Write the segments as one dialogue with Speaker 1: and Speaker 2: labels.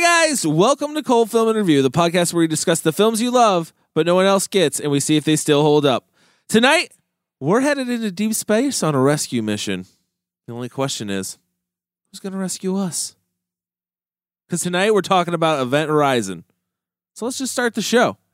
Speaker 1: guys, welcome to Cold Film Interview, the podcast where we discuss the films you love, but no one else gets, and we see if they still hold up. Tonight, we're headed into deep space on a rescue mission. The only question is who's going to rescue us? Because tonight we're talking about Event Horizon. So let's just start the show.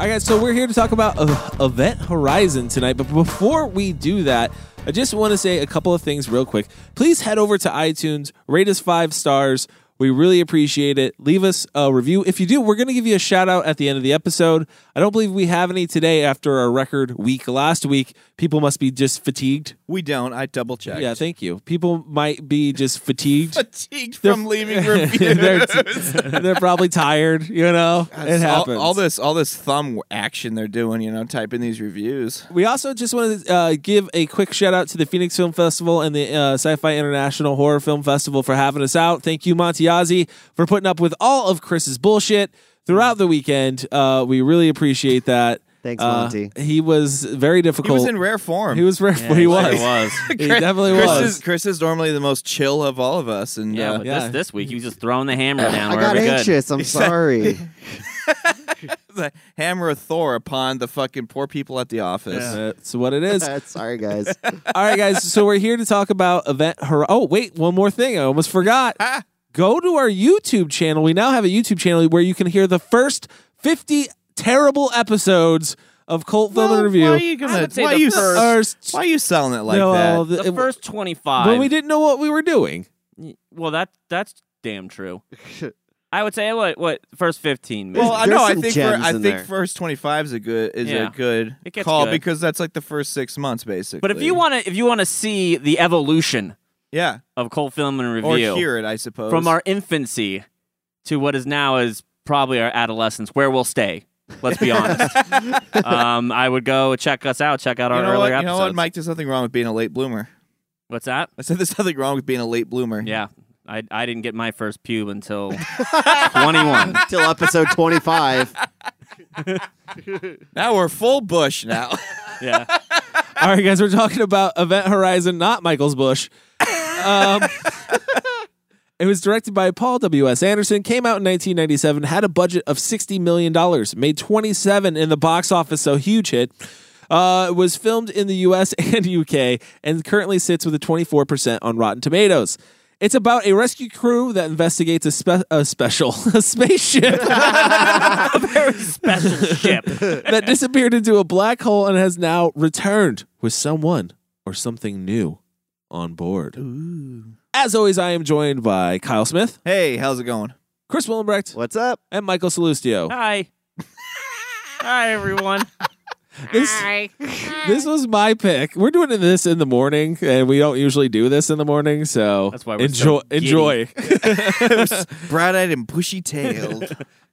Speaker 1: All right, guys, so we're here to talk about uh, Event Horizon tonight. But before we do that, I just want to say a couple of things real quick. Please head over to iTunes, rate us five stars. We really appreciate it. Leave us a review. If you do, we're going to give you a shout out at the end of the episode. I don't believe we have any today after our record week last week. People must be just fatigued.
Speaker 2: We don't. I double checked.
Speaker 1: Yeah, thank you. People might be just fatigued.
Speaker 2: Fatigued from leaving reviews.
Speaker 1: they're, they're probably tired, you know? It
Speaker 2: all,
Speaker 1: happens.
Speaker 2: all this, all this thumb action they're doing. You know, typing these reviews.
Speaker 1: We also just want to uh, give a quick shout out to the Phoenix Film Festival and the uh, Sci Fi International Horror Film Festival for having us out. Thank you, Montiazzi, for putting up with all of Chris's bullshit throughout the weekend. Uh, we really appreciate that.
Speaker 3: Thanks,
Speaker 1: Uh,
Speaker 3: Monty.
Speaker 1: he was very
Speaker 2: He
Speaker 1: difficult.
Speaker 2: was in rare form.
Speaker 1: He was rare. he was.
Speaker 4: It was.
Speaker 1: he definitely
Speaker 2: Chris
Speaker 1: was.
Speaker 2: Is, Chris is normally the most chill of all of us, and
Speaker 4: Yeah,
Speaker 2: uh,
Speaker 4: but
Speaker 1: yeah.
Speaker 4: this this week he was just throwing the hammer down.
Speaker 3: I
Speaker 4: wherever
Speaker 3: got
Speaker 4: he could.
Speaker 3: anxious. I'm sorry.
Speaker 2: the hammer of Thor upon the fucking poor people at the office.
Speaker 1: That's what it is.
Speaker 3: Uh, sorry, guys.
Speaker 1: All right, guys. So we're here to talk about event. Hor- oh, wait, one more thing. I almost forgot.
Speaker 2: Ah.
Speaker 1: Go to our YouTube channel. We now have a YouTube channel where you can hear the first 50 terrible episodes of Cult Film
Speaker 2: Well,
Speaker 1: Interview.
Speaker 2: Why are you gonna?
Speaker 4: would say
Speaker 2: Why are
Speaker 4: the
Speaker 2: you,
Speaker 1: first-
Speaker 2: s- why are you selling it like
Speaker 1: No,
Speaker 2: that?
Speaker 1: the-
Speaker 4: The
Speaker 1: it-
Speaker 4: first twenty
Speaker 1: when
Speaker 4: five.
Speaker 1: we didn't know what we were doing.
Speaker 4: well, that that's damn true. I would say what what first fifteen. Maybe.
Speaker 2: Well, I
Speaker 3: There's
Speaker 2: know. I
Speaker 3: some
Speaker 2: think for,
Speaker 3: gems
Speaker 2: I
Speaker 3: in
Speaker 2: think
Speaker 3: there.
Speaker 2: first twenty five is a good is
Speaker 4: Yeah.
Speaker 2: a good
Speaker 4: It gets
Speaker 2: call
Speaker 4: good.
Speaker 2: because that's like the first six months basically.
Speaker 4: but if you want to if you want to see the evolution
Speaker 2: yeah,
Speaker 4: of Cold Film and
Speaker 2: or
Speaker 4: Review
Speaker 2: hear it, I suppose
Speaker 4: from our infancy to what is now is probably our adolescence, where we'll stay. Let's be honest. um, I would go check us out. Check out
Speaker 2: You
Speaker 4: our
Speaker 2: know, what,
Speaker 4: earlier
Speaker 2: you know
Speaker 4: episodes.
Speaker 2: what, Mike? There's nothing wrong with being a late bloomer.
Speaker 4: What's that?
Speaker 2: I said there's nothing wrong with being a late bloomer.
Speaker 4: Yeah, I I didn't get my first pube until twenty one.
Speaker 3: Till episode 25.
Speaker 2: Now we're full bush now.
Speaker 4: Yeah.
Speaker 1: All right, guys. We're talking about Event Horizon, not Michael's Bush. Um, it was directed by Paul W.S. Anderson, came out in 1997, had a budget of $60 million, made 27 in the box office, so huge hit. Uh, it was filmed in the US and UK and currently sits with a 24% on Rotten Tomatoes. It's about a rescue crew that investigates a, spe- a special a spaceship
Speaker 4: special ship.
Speaker 1: that disappeared into a black hole and has now returned with someone or something new on board. As always, I am joined by Kyle Smith,
Speaker 2: hey, how's it going?
Speaker 1: Chris Willenbrecht,
Speaker 3: What's up?
Speaker 1: and Michael Salustio.
Speaker 4: Hi. Hi, everyone.
Speaker 1: This, this was my pick. We're doing this in the morning, and we don't usually do this in the morning, so
Speaker 4: That's why we're
Speaker 1: enjoy.
Speaker 4: so giddy.
Speaker 1: enjoy.
Speaker 2: Bright eyed and bushy tailed.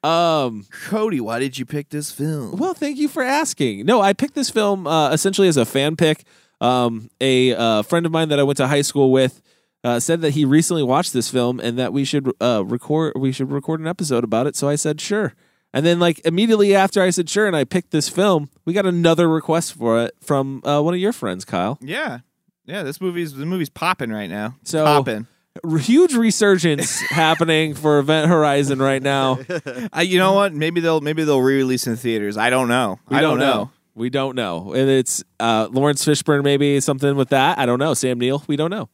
Speaker 1: um,
Speaker 2: Cody, why did you pick this film?
Speaker 1: well, thank you for asking. No, I picked this film uh, essentially as a fan pick. Um, a uh, friend of mine that I went to high school with uh, said that he recently watched this film and that we should uh, record we should record an episode about it. So I said sure. And then like immediately after I said sure and I picked this film, we got another request for it from uh, one of your friends, Kyle.
Speaker 2: Yeah. Yeah, this movie's the movie's popping right now. It's
Speaker 1: So-
Speaker 2: popping.
Speaker 1: r- huge resurgence happening for Event Horizon right now. We
Speaker 2: I, you know what? Maybe they'll maybe they'll re-release in theaters. I don't know. I don't, know.
Speaker 1: We don't know. And it's uh, Lawrence Fishburne, maybe something with that. I don't know. Sam Neill, we don't know.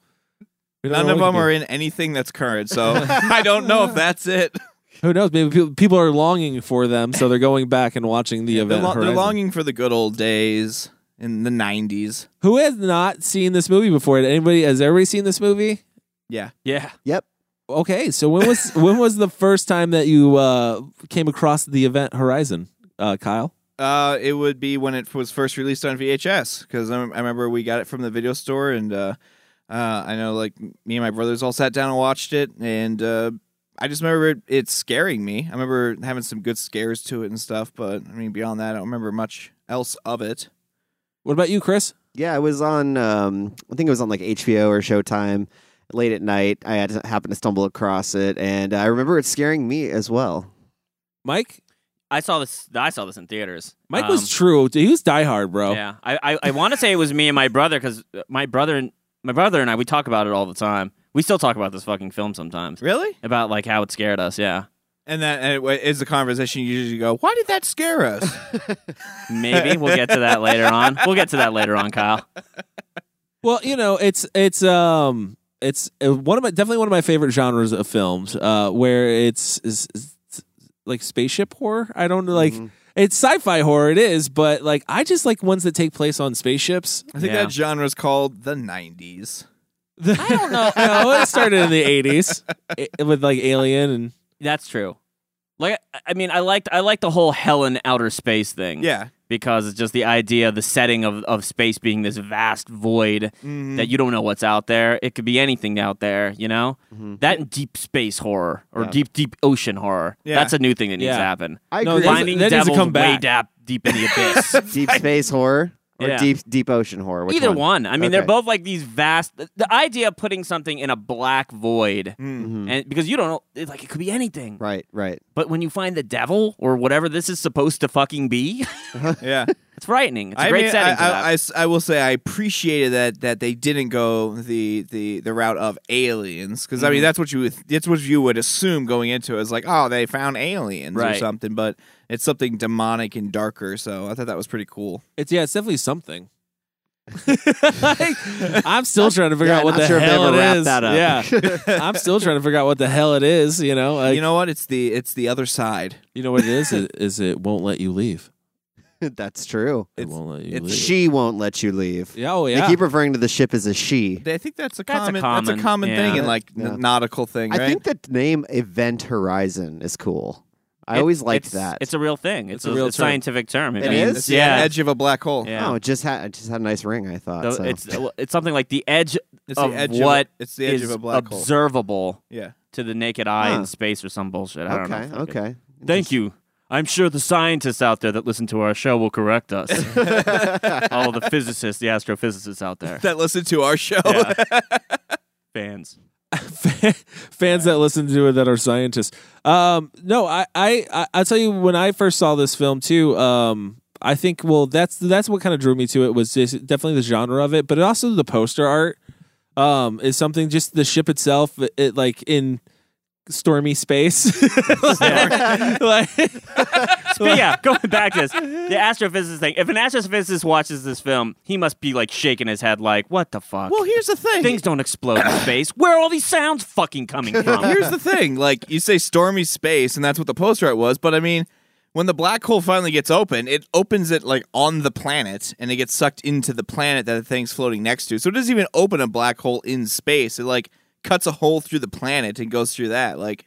Speaker 1: We don't
Speaker 2: None
Speaker 1: know
Speaker 2: of
Speaker 1: what
Speaker 2: them
Speaker 1: we
Speaker 2: are in anything that's current, so I don't know if that's it.
Speaker 1: can- Who knows? Maybe people, people are longing for them, so they're going back and watching the
Speaker 2: They're,
Speaker 1: event.
Speaker 2: lo- they're
Speaker 1: Horizon.
Speaker 2: longing for the good old days in the '90s.
Speaker 1: Who has not seen this movie before? Anybody has everybody seen this movie?
Speaker 2: Yeah,
Speaker 4: Yeah.
Speaker 3: Yep.
Speaker 1: Okay, so when was when was the first time that you uh, came across the Event Horizon, uh, Kyle?
Speaker 2: uh, it would be when it was first released on VHS because I, I remember we got it from the video store, and uh, uh, I know like me and my brothers all sat down and watched it, and uh, I just remember it scaring me. I remember having some good scares to it and stuff, but I mean, beyond that, I don't remember much else of it.
Speaker 1: What about you, Chris?
Speaker 3: Yeah, it was on. Um, I think it was on like HBO or Showtime. Late at night, I had to, happened to stumble across it, and I remember it scaring me as well.
Speaker 1: Mike?
Speaker 4: I saw this. I saw this in theaters.
Speaker 1: Mike
Speaker 4: Um,
Speaker 1: was true. He was diehard, bro.
Speaker 4: Yeah, I I, I want to say it was me and my brother because my brother and my brother and I we talk about it all the time. We still talk about this fucking film sometimes
Speaker 2: Really?
Speaker 4: about like how it scared us. Yeah,
Speaker 2: And that and it is the conversation you usually go, "Why did that scare us?"
Speaker 4: maybe we'll get to that later on. We'll get to that later on, Kyle.
Speaker 1: Well, you know, it's it's um it's uh, one of my definitely one of my favorite genres of films, uh, where it's, is is like spaceship horror. I don't know,
Speaker 3: Mm-hmm.
Speaker 1: like it's sci-fi horror. It is, but like I just like ones that take place on spaceships.
Speaker 2: I think
Speaker 4: Yeah.
Speaker 2: that genre is called the '90s.
Speaker 1: I don't know. no, it started in the eighties with like Alien and
Speaker 4: That's true. Like I- I mean, I liked I liked the whole hell in outer space thing.
Speaker 2: Yeah,
Speaker 4: because it's just the idea, the setting of of space being this vast void
Speaker 2: Mhm.
Speaker 4: that you don't know what's out there. It could be anything out there, you know.
Speaker 3: Mhm.
Speaker 4: That and deep space horror or
Speaker 3: Yeah.
Speaker 4: deep deep ocean horror.
Speaker 2: Yeah.
Speaker 4: That's a new thing that needs
Speaker 1: Yeah.
Speaker 4: to happen.
Speaker 3: I
Speaker 1: No,
Speaker 3: agree.
Speaker 1: that's-
Speaker 4: Finding
Speaker 1: that needs to
Speaker 4: devils
Speaker 1: come
Speaker 4: way
Speaker 1: back.
Speaker 4: dap, deep in the abyss.
Speaker 3: deep space horror or
Speaker 4: Yeah.
Speaker 3: deep deep ocean horror. Which
Speaker 4: Either one. I mean, they're
Speaker 3: Okay.
Speaker 4: both like these vast. The, the idea of putting something in a black void, and because you don't know, it, like it could be anything.
Speaker 3: Mm-hmm. Right, right.
Speaker 4: But when you find the devil or whatever this is supposed to fucking be,
Speaker 2: yeah.
Speaker 4: it's frightening. It's a
Speaker 2: I
Speaker 4: great
Speaker 2: mean,
Speaker 4: setting
Speaker 2: I,
Speaker 4: for that.
Speaker 2: I- I s- I will say I appreciated that that they didn't go the the, the route of aliens because I
Speaker 4: Mm-hmm.
Speaker 2: mean that's what you would, that's what you would assume going into it is like oh they found aliens or
Speaker 4: Right.
Speaker 2: something but it's something demonic and darker so I thought that was pretty cool.
Speaker 1: it's yeah, it's definitely something. I'm still trying to figure
Speaker 3: Yeah,
Speaker 1: out what
Speaker 3: not
Speaker 1: the
Speaker 3: sure if they
Speaker 1: hell
Speaker 3: ever
Speaker 1: it
Speaker 3: wrapped
Speaker 1: is.
Speaker 3: that up.
Speaker 1: Yeah, I'm still trying to figure out what the hell it is. You know, like,
Speaker 2: you know what? It's the it's the other side.
Speaker 1: You know what it is? It- is it won't let you leave.
Speaker 3: That's true.
Speaker 1: It
Speaker 2: It's-
Speaker 1: won't let you
Speaker 2: it's
Speaker 1: leave.
Speaker 3: She won't let you leave.
Speaker 1: yeah, oh yeah.
Speaker 3: They keep referring to the ship as a she.
Speaker 2: I think that's a
Speaker 4: That's a
Speaker 2: common that's
Speaker 4: common-
Speaker 2: a common thing
Speaker 4: yeah.
Speaker 2: in like
Speaker 3: Yeah.
Speaker 2: n- nautical thing.
Speaker 3: I
Speaker 2: Right?
Speaker 3: think the name Event Horizon is cool. I
Speaker 4: It-
Speaker 3: always liked
Speaker 4: it's-
Speaker 3: that.
Speaker 4: It's a real thing. It's,
Speaker 1: It's
Speaker 4: a,
Speaker 1: a real
Speaker 4: it's
Speaker 1: term.
Speaker 4: scientific term.
Speaker 3: It
Speaker 4: means-
Speaker 3: is?
Speaker 2: it's yeah.
Speaker 4: Yeah.
Speaker 2: the edge of a black hole.
Speaker 4: Yeah.
Speaker 3: oh, it just had it just had a nice ring. I thought
Speaker 4: So
Speaker 3: so.
Speaker 4: It's uh, it's something like the edge
Speaker 2: It's
Speaker 4: of
Speaker 2: the edge
Speaker 4: what
Speaker 2: of it's the edge
Speaker 4: is
Speaker 2: of a black hole.
Speaker 4: observable
Speaker 2: Yeah.
Speaker 4: to the naked eye
Speaker 3: Huh.
Speaker 4: in space or some bullshit. I
Speaker 3: okay,
Speaker 4: don't know.
Speaker 3: okay.
Speaker 4: Thank you. I'm sure the scientists out there that listen to our show will correct us. All of the physicists, the astrophysicists out there,
Speaker 2: That listened to our show.
Speaker 4: fans.
Speaker 1: Fans that listen to it that are scientists. Um, no, I, I, I, I'll tell you when I first saw this film too. Um, I think well, that's that's what kind of drew me to it was just definitely the genre of it, but also the poster art um, is something. Just the ship itself, it, it, like in stormy space. like, like-
Speaker 4: But yeah, going back to this, the astrophysicist thing. If an astrophysicist watches this film, he must be like shaking his head, like, "What the fuck?
Speaker 2: Well, here's the thing.
Speaker 4: Things don't explode in space. Where are all these sounds fucking coming from?"
Speaker 2: Here's the thing: like you say, stormy space, and that's what the poster art was. But I mean, when the black hole finally gets open, it opens it like on the planet, and it gets sucked into the planet that the thing's floating next to. So it doesn't even open a black hole in space. It like cuts a hole through the planet and goes through that. Like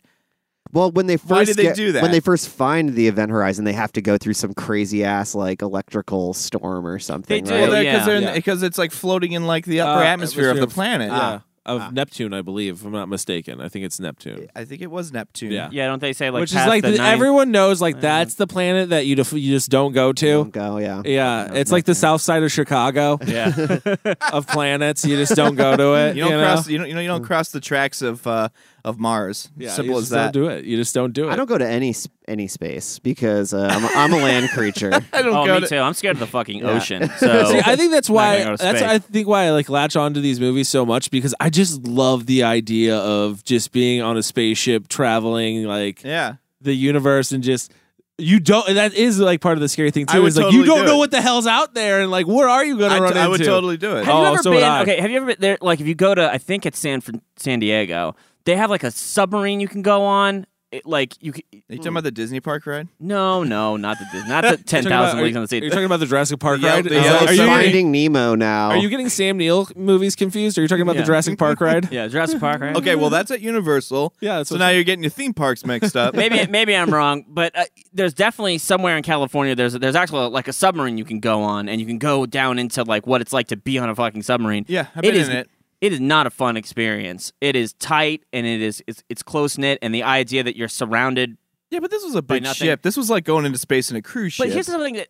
Speaker 3: Well, when they first
Speaker 2: Why did they
Speaker 3: get-
Speaker 2: do that?
Speaker 3: When they first find the Event Horizon, they have to go through some crazy ass like electrical storm or something.
Speaker 4: do.
Speaker 3: right?
Speaker 4: Well,
Speaker 2: because
Speaker 4: yeah.
Speaker 2: they're in-
Speaker 1: Oh, Yeah.
Speaker 2: 'cause it's like floating in like the upper
Speaker 1: Uh,
Speaker 2: atmosphere of the
Speaker 1: atmosphere of-
Speaker 2: planet.
Speaker 1: Ah, of Neptune, I believe, if I'm not mistaken. I think it's Neptune.
Speaker 2: I think it was Neptune.
Speaker 1: Yeah.
Speaker 4: yeah, don't they say like
Speaker 1: Which is
Speaker 4: past
Speaker 1: like
Speaker 4: the
Speaker 1: the-
Speaker 4: ninth-
Speaker 1: everyone knows, like that's the planet that you def- you just don't go to.
Speaker 3: Don't go, yeah.
Speaker 1: Yeah, it's like the south side of Chicago
Speaker 4: Yeah,
Speaker 1: of planets. You just don't go to it.
Speaker 2: You don't
Speaker 1: know? Mm.
Speaker 2: cross. You don't. You know. You don't cross the tracks of uh, of Mars.
Speaker 1: Yeah,
Speaker 2: Simple
Speaker 1: you
Speaker 2: as
Speaker 1: just
Speaker 2: that.
Speaker 1: Don't do it. You just don't do it.
Speaker 3: I don't go to any s- any space because uh, I'm, I'm a land creature.
Speaker 2: I don't
Speaker 4: oh,
Speaker 2: go
Speaker 4: me
Speaker 2: to-
Speaker 4: too. I'm scared of the fucking
Speaker 3: Yeah.
Speaker 4: ocean. So
Speaker 1: See, I think that's why.
Speaker 4: gonna go to
Speaker 1: that's
Speaker 4: space.
Speaker 1: I think why I like latch onto these movies so much because I just love the idea of just being on a spaceship traveling like
Speaker 2: Yeah.
Speaker 1: the universe and just. You don't. That is like part of the scary thing
Speaker 2: I
Speaker 1: too.
Speaker 2: would
Speaker 1: Is like you
Speaker 2: totally
Speaker 1: don't
Speaker 2: do
Speaker 1: know
Speaker 2: it.
Speaker 1: what the hell's out there, and like where are you going
Speaker 2: I
Speaker 1: to run
Speaker 2: t-
Speaker 1: into?
Speaker 2: I would totally do it.
Speaker 4: Have you
Speaker 1: Oh,
Speaker 4: ever
Speaker 1: so would
Speaker 4: been?
Speaker 1: I.
Speaker 4: Okay, have you ever been there? Like, if you go to, I think it's San Fran, San Diego, they have like a submarine you can go on. It, like you, can,
Speaker 2: Are you talking about the Disney park ride?
Speaker 1: Mm-hmm.
Speaker 4: no, no, not the Dis- not the
Speaker 1: You're
Speaker 4: ten
Speaker 1: talking about-
Speaker 4: thousand
Speaker 1: are
Speaker 4: leagues
Speaker 1: you-
Speaker 4: on the
Speaker 1: Are you
Speaker 4: sea.
Speaker 1: talking about the Jurassic Park
Speaker 2: Yeah,
Speaker 1: ride?
Speaker 2: the
Speaker 1: Is
Speaker 2: yellow
Speaker 1: that-
Speaker 3: I'm
Speaker 1: are, you getting,
Speaker 3: finding Nemo now.
Speaker 1: are you getting Sam Neill movies confused? Are you talking about
Speaker 4: Yeah.
Speaker 1: the Jurassic Park ride?
Speaker 4: Yeah, Jurassic Park, right?
Speaker 2: Okay, well that's at Universal.
Speaker 1: Yeah, that's
Speaker 2: so
Speaker 1: what-
Speaker 2: now you're getting your theme parks mixed up.
Speaker 4: Uh, Maybe maybe I'm wrong, but uh, there's definitely somewhere in California there's there's actually like a submarine you can go on and you can go down into like what it's like to be on a fucking submarine.
Speaker 2: Yeah, I've
Speaker 4: It
Speaker 2: been
Speaker 4: is-
Speaker 2: in it.
Speaker 4: it is not a fun experience. It is tight and it is it's, it's close knit, and the idea that you're surrounded.
Speaker 2: Yeah, but this was a
Speaker 4: By
Speaker 2: big
Speaker 4: nothing.
Speaker 2: ship. This was like going into space in a cruise ship.
Speaker 4: But here's something that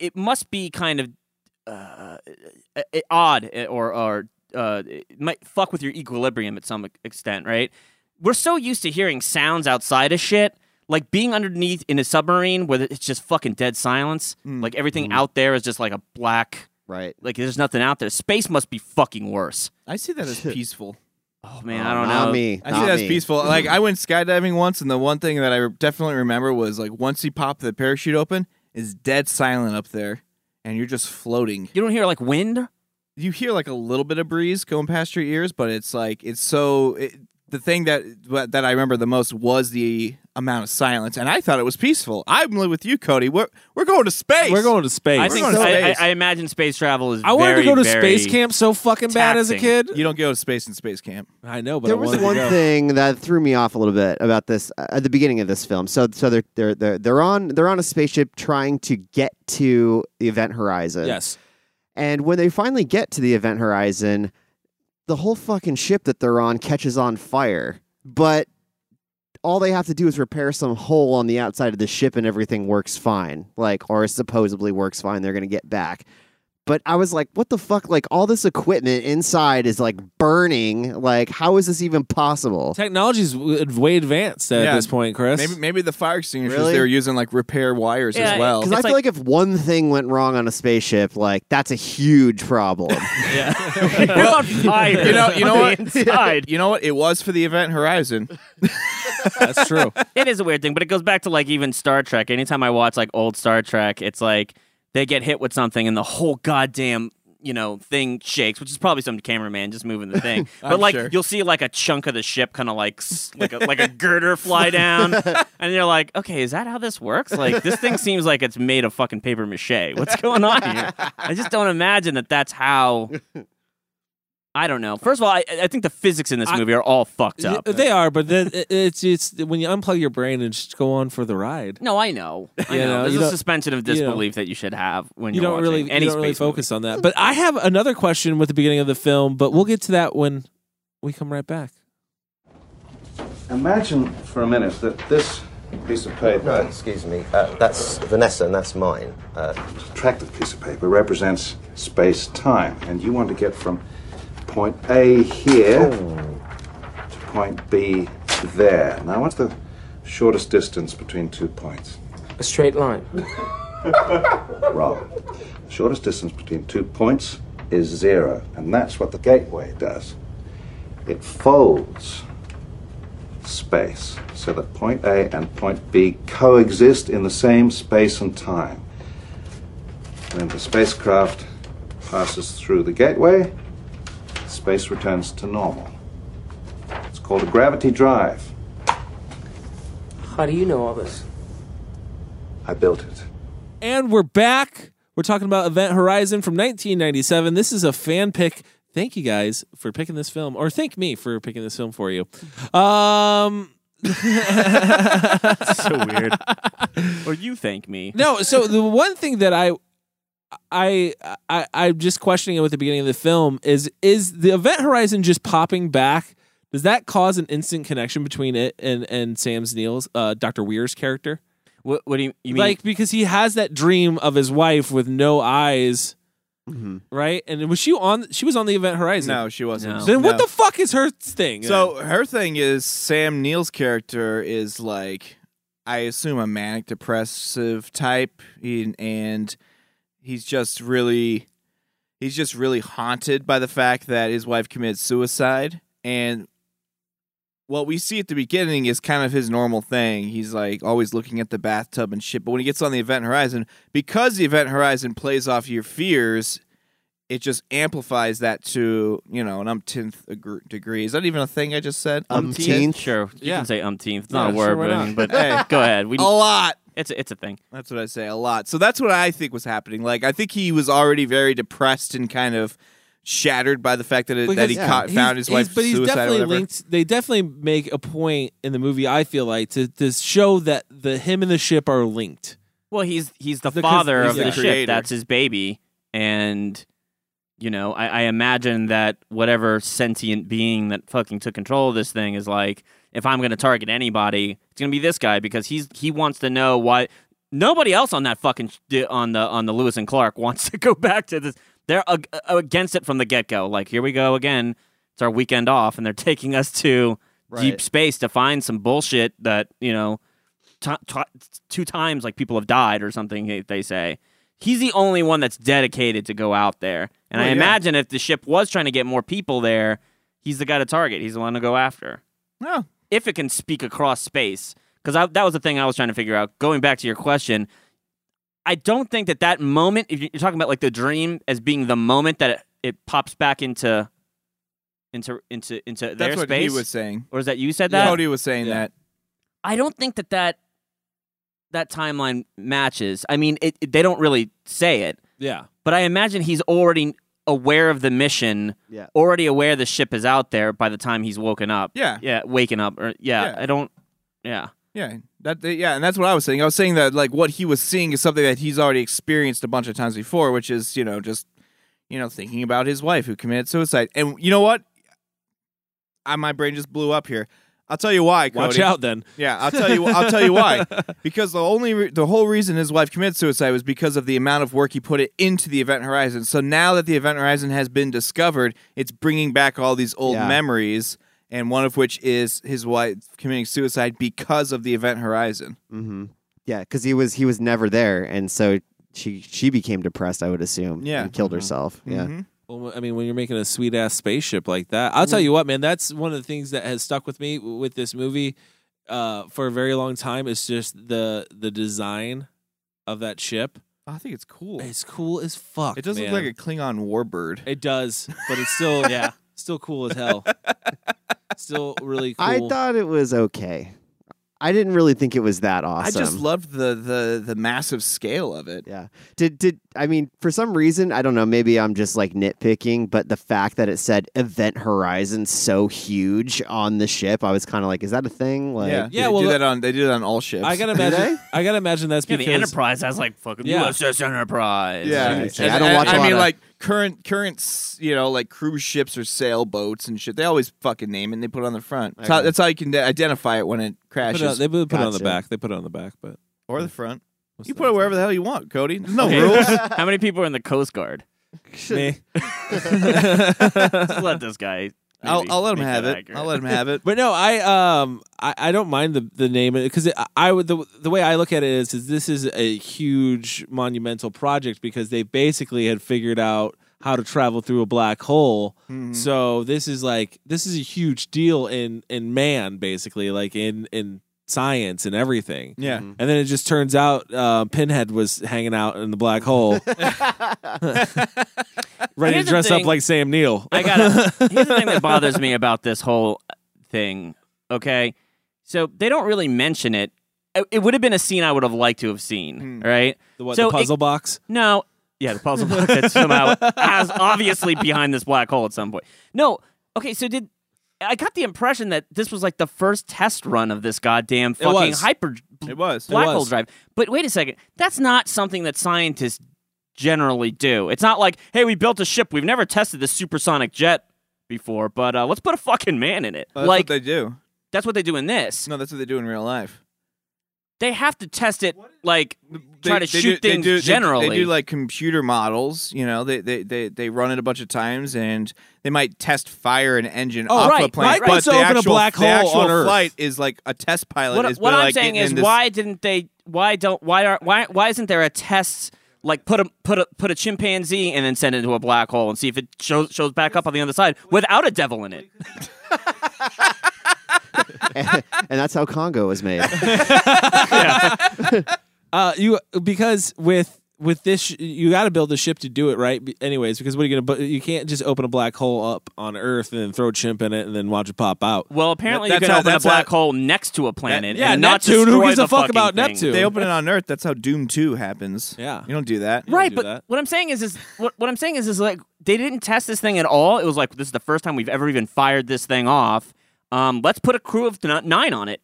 Speaker 4: it must be kind of uh, i- i- odd eh, or or uh, it might fuck with your equilibrium at some extent, right? We're so used to hearing sounds outside of shit. Like being underneath in a submarine where it's just fucking dead silence.
Speaker 3: Mm,
Speaker 4: Like everything
Speaker 3: mm-hmm.
Speaker 4: out there is just like a black,
Speaker 3: Right.
Speaker 4: like there's nothing out there. Space must be fucking worse.
Speaker 2: I see that as peaceful.
Speaker 4: Oh man, I don't
Speaker 3: Not
Speaker 4: know.
Speaker 3: me.
Speaker 2: I
Speaker 3: Not
Speaker 2: see that's
Speaker 3: me.
Speaker 2: peaceful. Like I went skydiving once, and the one thing that I definitely remember was like once you pop the parachute open, it's dead silent up there, and you're just floating.
Speaker 4: You don't hear like wind?
Speaker 2: You hear like a little bit of breeze going past your ears, but it's like it's so. It, the thing that that I remember the most was the amount of silence, and I thought it was peaceful. I'm with you, Cody. We're we're going to space.
Speaker 1: We're going to space.
Speaker 4: I think
Speaker 2: going to
Speaker 4: I, I,
Speaker 2: space.
Speaker 4: I imagine space travel is.
Speaker 1: I wanted
Speaker 4: very,
Speaker 1: to go to
Speaker 4: very-
Speaker 1: space camp so fucking bad as a kid.
Speaker 2: You don't go to space in space camp.
Speaker 1: I know, but
Speaker 3: there
Speaker 1: I
Speaker 3: was
Speaker 1: wanted to
Speaker 3: one
Speaker 1: go.
Speaker 3: thing that threw me off a little bit about this uh, at the beginning of this film. So, so they're they're they're they're on they're on a spaceship trying to get to the event horizon.
Speaker 1: Yes,
Speaker 3: And when they finally get to the event horizon, the whole fucking ship that they're on catches on fire. But all they have to do is repair some hole on the outside of the ship and everything works fine. Like, or supposedly works fine. They're going to get back. But I was like, what the fuck? Like, all this equipment inside is like burning. Like, how is this even possible?
Speaker 1: technology's w- way advanced at
Speaker 2: Yeah.
Speaker 1: this point, Chris.
Speaker 2: Maybe maybe the fire extinguishers
Speaker 3: Really?
Speaker 2: they were using like repair wires
Speaker 4: Yeah,
Speaker 2: as well.
Speaker 3: Because I
Speaker 4: It's
Speaker 3: feel
Speaker 4: like-
Speaker 3: like, if one thing went wrong on a spaceship, like, that's a huge problem.
Speaker 4: We're on fire.
Speaker 2: You know- you know
Speaker 4: on the
Speaker 2: what?
Speaker 4: Inside.
Speaker 2: You know what? It was for the event horizon.
Speaker 1: That's true.
Speaker 4: it is a weird thing, but it goes back to like even Star Trek. Anytime I watch like old Star Trek, it's like they get hit with something and the whole goddamn you know thing shakes, which is probably some cameraman just moving the thing. but
Speaker 2: I'm
Speaker 4: like
Speaker 2: sure.
Speaker 4: you'll see like a chunk of the ship kind of like s- like a, like a girder fly down, and you're like, okay, is that how this works? Like this thing seems like it's made of fucking paper mache. What's going on here? I just don't imagine that that's how. I don't know. First of all, I, I think the physics in this
Speaker 1: I-
Speaker 4: movie are all fucked up.
Speaker 1: They are, but then it- it's it's when you unplug your brain and just go on for the ride.
Speaker 4: No, I know. I
Speaker 1: You
Speaker 4: know.
Speaker 1: know, you
Speaker 4: There's a
Speaker 1: don't-
Speaker 4: suspension of
Speaker 1: you know.
Speaker 4: disbelief that you should have when
Speaker 1: You
Speaker 4: are
Speaker 1: don't
Speaker 4: watching
Speaker 1: really
Speaker 4: any
Speaker 1: you don't really
Speaker 4: space movie.
Speaker 1: focus on that. But I have another question with the beginning of the film, but we'll get to that when we come right back.
Speaker 5: Imagine for a minute that this piece of paper,
Speaker 6: No, excuse me. Uh, that's Vanessa and that's mine. Uh,
Speaker 5: attractive piece of paper, represents space time. And you want to get from point A here to point B there. Now, what's the shortest distance between two points?
Speaker 7: A straight line.
Speaker 5: Wrong. The shortest distance between two points is zero. And that's what the gateway does it folds space so that point A and point B coexist in the same space and time. When the spacecraft passes through the gateway, space returns to normal. It's called a gravity drive.
Speaker 7: How do you know all this?
Speaker 5: I built it.
Speaker 1: And we're back. We're talking about Event Horizon from 1997. This is a fan pick. Thank you guys for picking this film, or thank me for picking this film for you. Um,
Speaker 4: so weird. or you thank me.
Speaker 1: no, so the one thing that I, I, I, I'm just questioning it with the beginning of the film is is the Event Horizon just popping back? Does that cause an instant connection between it and and Sam's Neil's uh, Dr. Weir's character?
Speaker 4: What, what do you, you mean?
Speaker 1: like because he has that dream of his wife with no eyes, right? And was she on? She was on the Event Horizon.
Speaker 2: Mm-hmm. No, she wasn't.
Speaker 4: No.
Speaker 1: Then what
Speaker 2: No.
Speaker 1: the fuck is her thing?
Speaker 2: So her thing is Sam Neill's character is like, I assume a manic depressive type, he, and he's just really, he's just really haunted by the fact that his wife committed suicide, and what we see at the beginning is kind of his normal thing. He's like always looking at the bathtub and shit. But when he gets on the event horizon, because the event horizon plays off your fears, it just amplifies that to you know an umpteenth agr- degree. Is that even a thing I just said?
Speaker 4: Um,
Speaker 3: Umpteenth?
Speaker 4: Sure, you
Speaker 1: Yeah.
Speaker 4: can say umpteenth. It's not
Speaker 1: Yeah,
Speaker 4: a word,
Speaker 1: sure, why
Speaker 4: but, I
Speaker 1: not? Oh.
Speaker 4: mean, but
Speaker 2: Hey.
Speaker 4: go ahead. We,
Speaker 2: A lot.
Speaker 4: it's, a, it's a thing.
Speaker 2: That's what I say. A lot. So that's what I think was happening. Like I think he was already very depressed and kind of shattered by the fact that it, that he
Speaker 3: yeah,
Speaker 2: caught,
Speaker 1: He's-
Speaker 2: found his
Speaker 1: he's-
Speaker 2: wife's
Speaker 1: but he's
Speaker 2: suicide.
Speaker 1: definitely
Speaker 2: or whatever.
Speaker 1: linked. They definitely make a point in the movie. I feel like to to show that the him and the ship are linked.
Speaker 4: Well, he's he's the
Speaker 1: Because
Speaker 4: father
Speaker 1: he's
Speaker 4: of
Speaker 1: the
Speaker 4: the ship.
Speaker 2: creator.
Speaker 4: That's his baby, and You know, I, I imagine that whatever sentient being that fucking took control of this thing is like, if I'm going to target anybody, it's going to be this guy because he's he wants to know why nobody else on that fucking sh- on the on the Lewis and Clark wants to go back to this. They're ag- uh, against it from the get go. Like, here we go again. It's our weekend off, and they're taking us to deep
Speaker 2: Right.
Speaker 4: space to find some bullshit that you know t- t- two times like people have died or something they- they say he's the only one that's dedicated to go out there and
Speaker 2: Well,
Speaker 4: i
Speaker 2: yeah.
Speaker 4: imagine if the ship was trying to get more people there he's the guy to target he's the one to go after
Speaker 2: No.
Speaker 4: if it can speak across space because that was the thing i was trying to figure out going back to your question i don't think that that moment if you're you're talking about like the dream as being the moment that it, it pops back into into into into
Speaker 2: That's
Speaker 4: their
Speaker 2: what
Speaker 4: space
Speaker 2: he was saying.
Speaker 4: or is that you said that
Speaker 2: Cody was saying
Speaker 1: Yeah.
Speaker 2: that.
Speaker 4: I don't think that that that timeline matches. I mean, it, it- they don't really say it,
Speaker 1: Yeah.
Speaker 4: but I imagine he's already aware of the mission,
Speaker 3: Yeah.
Speaker 4: already aware the ship is out there by the time he's woken up.
Speaker 2: Yeah.
Speaker 4: yeah, waking up, or yeah,
Speaker 2: Yeah.
Speaker 4: I don't, yeah,
Speaker 2: Yeah, that yeah, and that's what I was saying. I was saying that like what he was seeing is something that he's already experienced a bunch of times before, which is you know just you know thinking about his wife who committed suicide. And you know what? I, my brain just blew up here. I'll tell you why.
Speaker 1: Watch
Speaker 2: Cody.
Speaker 1: out then.
Speaker 2: Yeah, I'll tell you. I'll tell you why. Because the only, re- the whole reason his wife committed suicide was because of the amount of work he put it into the Event Horizon. So now that the Event Horizon has been discovered, it's bringing back all these old
Speaker 3: Yeah.
Speaker 2: memories, and one of which is his wife committing suicide because of the Event Horizon.
Speaker 3: Mm-hmm. Yeah, because he was he was never there, and so she she became depressed. I would assume.
Speaker 2: Yeah.
Speaker 3: and killed herself. Yeah.
Speaker 2: Mhm.
Speaker 1: Well, I mean, when you're making a sweet ass spaceship like that, I'll tell
Speaker 2: Mm-hmm.
Speaker 1: you what, man, that's one of the things that has stuck with me w- with this movie uh, for a very long time. Is just the the design of that ship.
Speaker 2: Oh, I think it's cool.
Speaker 1: It's cool as fuck.
Speaker 2: it does
Speaker 1: man.
Speaker 2: look like a Klingon warbird.
Speaker 1: it does, but it's still yeah, still cool as hell. Still really cool.
Speaker 3: I thought it was okay. I didn't really think it was that
Speaker 2: I
Speaker 3: awesome.
Speaker 2: just loved the the the massive scale of it.
Speaker 3: Yeah. Did did I mean for some reason I don't know maybe I'm just like nitpicking but the fact that it said Event Horizon so huge on the ship I was kind of like is that a thing like
Speaker 2: yeah,
Speaker 1: Yeah,
Speaker 2: They
Speaker 1: well,
Speaker 2: do
Speaker 1: the-
Speaker 2: that on they do that on all ships.
Speaker 1: I gotta
Speaker 3: Do
Speaker 1: imagine.
Speaker 3: they?
Speaker 1: I gotta imagine that's
Speaker 4: yeah.
Speaker 1: because
Speaker 4: the Enterprise has like fucking
Speaker 1: Yeah.
Speaker 4: USS Enterprise.
Speaker 2: Yeah,
Speaker 3: Right.
Speaker 2: And-
Speaker 3: I don't
Speaker 2: and-
Speaker 3: watch a
Speaker 2: I
Speaker 3: lot
Speaker 2: mean,
Speaker 3: of-
Speaker 2: like current current, s- you know, like cruise ships or sailboats and shit. They always fucking name it and they put it on the front. That's, how, that's how you can de- identify it when it
Speaker 1: Put
Speaker 2: crashes
Speaker 1: it on- they put it on the
Speaker 3: Gotcha.
Speaker 1: back. They put it on the back, but
Speaker 2: or the front.
Speaker 1: what's
Speaker 2: You
Speaker 1: that?
Speaker 2: put it wherever the hell you want, Cody. There's no
Speaker 4: Okay.
Speaker 2: rules.
Speaker 4: How many people are in the Coast Guard?
Speaker 1: me.
Speaker 4: Just let this guy.
Speaker 2: I'll,
Speaker 4: maybe
Speaker 2: I'll let him
Speaker 4: make
Speaker 2: have
Speaker 4: that
Speaker 2: it.
Speaker 4: accurate.
Speaker 2: I'll let him have it.
Speaker 1: But no, I um I, I don't mind the the name because I, I would the the way I look at it is is this is a huge monumental project because they basically had figured out how to travel through a black hole. So this is like this is a huge deal in in man basically like in in science and everything.
Speaker 2: Yeah.
Speaker 4: Mm-hmm.
Speaker 1: And then it just turns out uh, Pinhead was hanging out in the black hole, ready to
Speaker 4: Here's the
Speaker 1: dress up
Speaker 4: thing.
Speaker 1: like Sam Neill.
Speaker 4: I got. Here's the thing that bothers me about this whole uh, thing. Okay, so they don't really mention it. It- It would have been a scene I would have liked to have seen.
Speaker 3: Hmm.
Speaker 4: Right?
Speaker 1: the, what,
Speaker 4: so
Speaker 1: the
Speaker 4: it-
Speaker 1: puzzle box.
Speaker 4: No. Yeah, the puzzle box that's somehow has obviously behind this black hole at some point. No. Okay, so did I got the impression that this was like the first test run of this goddamn fucking
Speaker 1: was.
Speaker 4: hyper
Speaker 2: It was.
Speaker 4: black
Speaker 1: was.
Speaker 4: hole drive. But wait a second, that's not something that scientists generally do. It's not like, hey, we built a ship. We've never tested this supersonic jet before, but uh, let's put a fucking man in it.
Speaker 2: That's
Speaker 4: like
Speaker 2: what they do.
Speaker 4: that's what they do in this.
Speaker 2: No, that's what they do in real life.
Speaker 4: They have to test it, like
Speaker 2: They-
Speaker 4: try to
Speaker 2: they
Speaker 4: shoot
Speaker 2: do-
Speaker 4: things
Speaker 2: they do, they-
Speaker 4: generally.
Speaker 2: They, do like computer models. You know, they, they they they run it a bunch of times, and they might test fire an engine
Speaker 1: Oh,
Speaker 2: off a
Speaker 4: right,
Speaker 2: plane.
Speaker 1: right, right.
Speaker 2: but
Speaker 1: Let's
Speaker 2: the
Speaker 1: open a
Speaker 2: actual,
Speaker 1: black
Speaker 2: the
Speaker 1: hole
Speaker 2: actual
Speaker 1: on Earth.
Speaker 2: flight is like a test pilot.
Speaker 4: what
Speaker 2: is
Speaker 4: what
Speaker 2: been,
Speaker 4: I'm
Speaker 2: like,
Speaker 4: saying
Speaker 2: getting
Speaker 4: is,
Speaker 2: in this-
Speaker 4: why didn't they? Why don't? Why aren't? Why why isn't there a test? Like put a put a put a chimpanzee and then send it into a black hole and see if it shows shows back up on the other side without a devil in it.
Speaker 3: and that's how Congo was made
Speaker 1: Uh, you because with with this sh- you got to build a ship to do it right. Be- Anyways, because what are you gonna? bu- You can't just open a black hole up on Earth and then throw a chimp in it and then watch it pop out.
Speaker 4: Well, apparently
Speaker 2: That- that's
Speaker 4: you can
Speaker 2: how-
Speaker 4: open a
Speaker 2: that's
Speaker 4: black
Speaker 2: how-
Speaker 4: hole next to a planet.
Speaker 1: yeah,
Speaker 4: and not
Speaker 1: Neptune, who
Speaker 4: destroy
Speaker 1: gives a
Speaker 4: the
Speaker 1: fuck
Speaker 4: fucking
Speaker 1: about
Speaker 4: thing.
Speaker 1: Neptune?
Speaker 2: they open it on Earth. That's how Doom Two happens.
Speaker 1: Yeah.
Speaker 2: you don't do that.
Speaker 4: Right,
Speaker 1: do
Speaker 4: but
Speaker 1: that.
Speaker 4: what I'm saying is, is what, what I'm saying is, is like they didn't test this thing at all. It was like this is the first time we've ever even fired this thing off. Um, let's put a crew of n- nine on it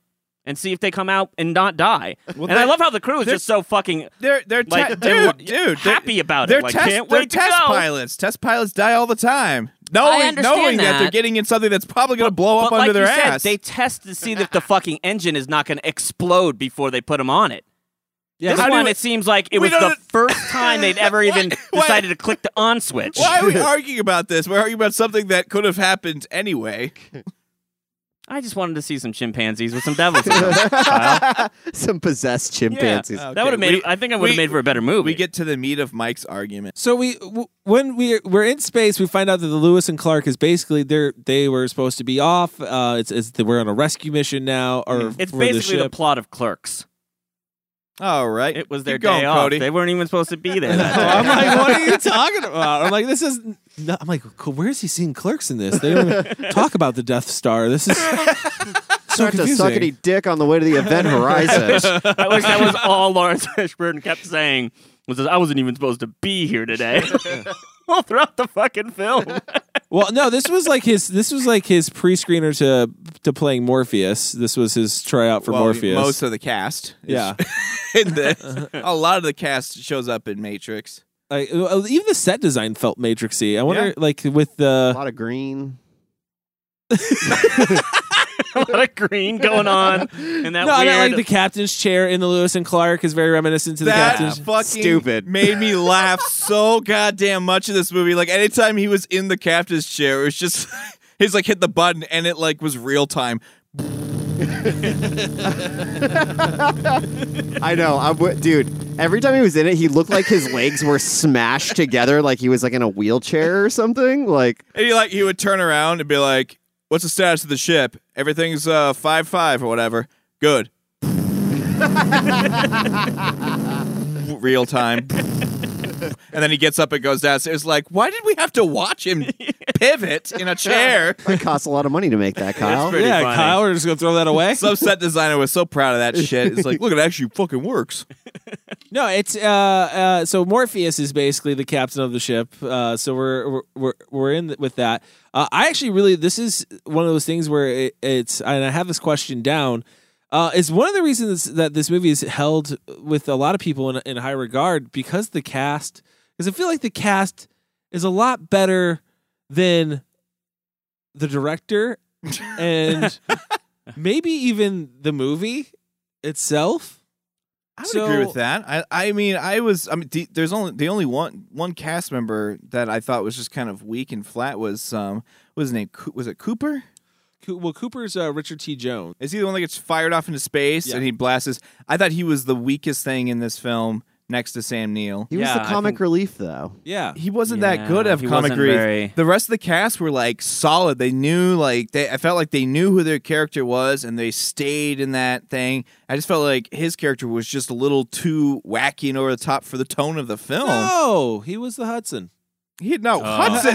Speaker 4: and see if they come out and not die. and I
Speaker 2: that-
Speaker 4: love how the crew is just so fucking
Speaker 2: they're they're
Speaker 4: like,
Speaker 2: te-
Speaker 4: they're
Speaker 2: dude,
Speaker 4: wa-
Speaker 2: dude,
Speaker 4: happy
Speaker 2: they're,
Speaker 4: about
Speaker 2: they're
Speaker 4: it. Like,
Speaker 2: test,
Speaker 4: can't
Speaker 2: they're
Speaker 4: wait to
Speaker 2: test
Speaker 4: go.
Speaker 2: pilots. Test pilots die all the time. Knowing,
Speaker 4: understand
Speaker 2: knowing that. they're
Speaker 4: that.
Speaker 2: getting in something that's probably going to blow up
Speaker 4: but
Speaker 2: under
Speaker 4: like
Speaker 2: their
Speaker 4: you
Speaker 2: ass.
Speaker 4: Said, they test to see if the fucking engine is not going to explode before they put them on it.
Speaker 1: Yeah,
Speaker 4: this
Speaker 1: how do
Speaker 4: one,
Speaker 1: we-
Speaker 4: it seems like it
Speaker 2: we
Speaker 4: was the
Speaker 2: don't-
Speaker 4: first time they'd ever even decided to click the on switch.
Speaker 2: Why are we arguing about this? We're arguing about something that could have happened anyway.
Speaker 4: I just wanted to see some chimpanzees with some devils. in them, Kyle.
Speaker 3: Some possessed
Speaker 2: Oh,
Speaker 3: chimpanzees.
Speaker 4: That would have made.
Speaker 2: We-
Speaker 4: I think I would have
Speaker 2: we-
Speaker 4: made for a better movie.
Speaker 2: We get to the meat of Mike's argument.
Speaker 1: So we w- when we we're in space, we find out that the Lewis and Clark is basically they they were supposed to be off. Uh, it's, it's that we're on a rescue mission now,
Speaker 2: Mm-hmm.
Speaker 1: or
Speaker 4: it's
Speaker 1: for the
Speaker 4: basically the,
Speaker 1: ship.
Speaker 4: plot of Clerks.
Speaker 2: All right,
Speaker 4: It was
Speaker 2: Keep
Speaker 4: their
Speaker 2: going,
Speaker 4: day off.
Speaker 2: Cody.
Speaker 4: They weren't even supposed to be there. That
Speaker 1: Oh,
Speaker 4: day.
Speaker 1: I'm like, what are you talking about? I'm like, this is. No, I'm like, "Co- where is he seeing clerks in this? They don't even talk about the Death Star. This is so
Speaker 3: Start to
Speaker 1: confusing.
Speaker 3: suckety dick on the way to the event horizon.
Speaker 4: I wish that was all Lawrence Fishburne kept saying. Was that I wasn't even supposed to be here today. well, throughout the fucking film.
Speaker 1: Well, no, this was like his. This was like his pre-screener to to playing Morpheus. This was his tryout for
Speaker 2: Well,
Speaker 1: Morpheus.
Speaker 2: Most of the cast, is
Speaker 1: yeah,
Speaker 2: in this. a lot of the cast shows up in Matrix.
Speaker 1: Like, uh, even the set design felt Matrixy. I wonder,
Speaker 2: Yeah.
Speaker 1: like with
Speaker 3: a
Speaker 1: the
Speaker 3: lot of green.
Speaker 4: a lot of green going on, and that
Speaker 1: no, I
Speaker 4: weird.
Speaker 1: meant like the captain's chair in the Lewis and Clark is very reminiscent to the
Speaker 2: that
Speaker 1: captain's.
Speaker 2: fucking
Speaker 3: Stupid.
Speaker 2: made me laugh so goddamn much in this movie. Like anytime he was in the captain's chair, it was just he's like hit the button and it like was real time.
Speaker 3: I know. I w- dude, every time he was in it, he looked like his legs were smashed together, like he was like in a wheelchair or something. Like,
Speaker 2: And he like he would turn around and be like, "What's the status of the ship? Everything's uh five five or whatever. Good." real time. and then he gets up and goes downstairs. Like, why did we have to watch him pivot in a chair?
Speaker 3: it costs a lot of money to make that, Kyle.
Speaker 2: pretty
Speaker 1: yeah,
Speaker 2: funny.
Speaker 1: Kyle, we're just gonna throw that away.
Speaker 2: Some set designer was so proud of that shit. It's like, look, it actually fucking works.
Speaker 1: no, it's uh, uh, so Morpheus is basically the captain of the ship. Uh, so we're we're we're, we're in th- with that. Uh, I actually really this is one of those things where it, it's and I have this question down. Uh, is one of the reasons that this movie is held with a lot of people in, in high regard because the cast because I feel like the cast is a lot better than the director and maybe even the movie itself.
Speaker 2: I would
Speaker 1: So-
Speaker 2: agree with that. I, I mean, I was. I mean, the, there's only the only one one cast member that I thought was just kind of weak and flat was um what was his name Coo- was it Cooper?
Speaker 1: Coo- Well, Cooper's uh, Richard T. Jones.
Speaker 2: Is he the one that gets fired off into space
Speaker 1: Yeah.
Speaker 2: and he blasts? His, I thought he was the weakest thing in this film next to Sam Neill.
Speaker 3: He was
Speaker 1: Yeah,
Speaker 3: the
Speaker 1: I
Speaker 3: comic
Speaker 1: think-
Speaker 3: relief, though.
Speaker 1: Yeah.
Speaker 2: He wasn't
Speaker 4: Yeah,
Speaker 2: that good of
Speaker 4: he
Speaker 2: comic
Speaker 4: wasn't
Speaker 2: relief.
Speaker 4: very-
Speaker 2: The rest of the cast were like solid. They knew like they. I felt like they knew who their character was and they stayed in that thing. I just felt like his character was just a little too wacky and over the top for the tone of the film.
Speaker 3: Oh.
Speaker 1: No, he was the Hudson.
Speaker 2: He no
Speaker 4: Uh,
Speaker 2: Hudson.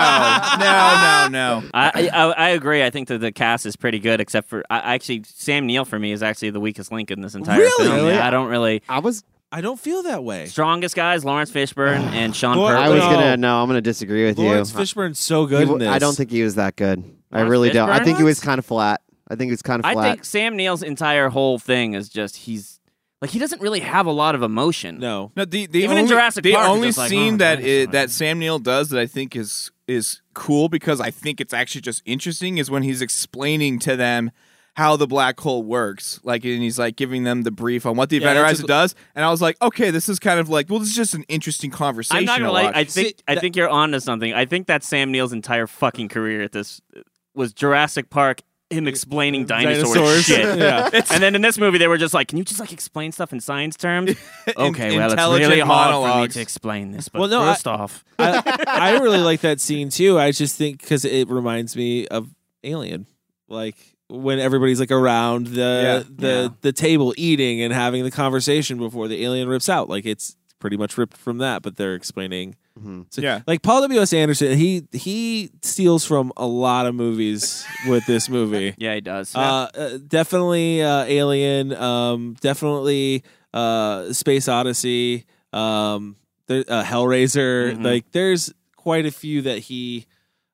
Speaker 2: No, no, no, no, no.
Speaker 4: I, I I agree. I think that the cast is pretty good, except for I actually Sam Neill for me is actually the weakest link in this entire
Speaker 1: Really?
Speaker 4: film.
Speaker 1: Really?
Speaker 4: Yeah, I don't really
Speaker 3: I was,
Speaker 1: I don't feel that way.
Speaker 4: strongest guys Lawrence Fishburne and Sean
Speaker 1: Boy,
Speaker 4: Pertwee.
Speaker 3: I was
Speaker 1: No.
Speaker 3: gonna. No, I'm gonna disagree with
Speaker 1: Lawrence
Speaker 3: you.
Speaker 1: Fishburne's so
Speaker 3: He
Speaker 1: good
Speaker 3: wa-
Speaker 1: in this.
Speaker 3: I don't think he was that good. I
Speaker 4: Lawrence
Speaker 3: really don't. I
Speaker 4: Fishburne?
Speaker 3: think he was kind of flat. I think he was kind of
Speaker 4: I
Speaker 3: flat.
Speaker 4: think Sam Neill's entire whole thing is just he's like he doesn't really have a lot of emotion.
Speaker 1: No.
Speaker 2: No, the, the
Speaker 4: Even in
Speaker 2: only,
Speaker 4: Jurassic
Speaker 2: the
Speaker 4: Park, it's
Speaker 2: only
Speaker 4: just like,
Speaker 2: scene
Speaker 4: oh,
Speaker 2: that
Speaker 4: nice,
Speaker 2: it,
Speaker 4: nice.
Speaker 2: that Sam Neill does that I think is is cool because I think it's actually just interesting is when he's explaining to them how the black hole works. Like and he's like giving them the brief on what the
Speaker 1: Yeah,
Speaker 2: event
Speaker 1: that's
Speaker 2: horizon
Speaker 1: just-
Speaker 2: does. And I was like, okay, this is kind of like well, this is just an interesting conversation.
Speaker 4: I'm not
Speaker 2: to
Speaker 4: gonna lie.
Speaker 2: watch.
Speaker 4: I think
Speaker 1: See,
Speaker 4: I
Speaker 1: that-
Speaker 4: think you're on to something. I think that Sam Neill's entire fucking career at this uh, was Jurassic Park. Him explaining dinosaur
Speaker 1: Dinosaurs.
Speaker 4: shit,
Speaker 1: Yeah.
Speaker 4: and then in this movie they were just like, "Can you just like explain stuff in science terms?" Okay, well, it's
Speaker 2: intelligent
Speaker 4: really hard for me
Speaker 2: monologues.
Speaker 4: to explain this. But
Speaker 1: Well, no, I-
Speaker 4: first off,
Speaker 1: I, I really like that scene too. I just think because it reminds me of Alien, like when everybody's like around the
Speaker 2: Yeah.
Speaker 1: the the table eating and having the conversation before the alien rips out. Like it's pretty much ripped from that, but they're explaining.
Speaker 3: Mhm.
Speaker 1: So,
Speaker 2: Yeah.
Speaker 1: like Paul W S Anderson, he he steals from a lot of movies with this movie.
Speaker 4: yeah, he does.
Speaker 1: Uh, uh, definitely uh, Alien. Um, definitely uh, Space Odyssey. Um,
Speaker 2: Mm-hmm.
Speaker 1: there, uh, Hellraiser.
Speaker 4: Mhm.
Speaker 1: Like, there's quite a few that he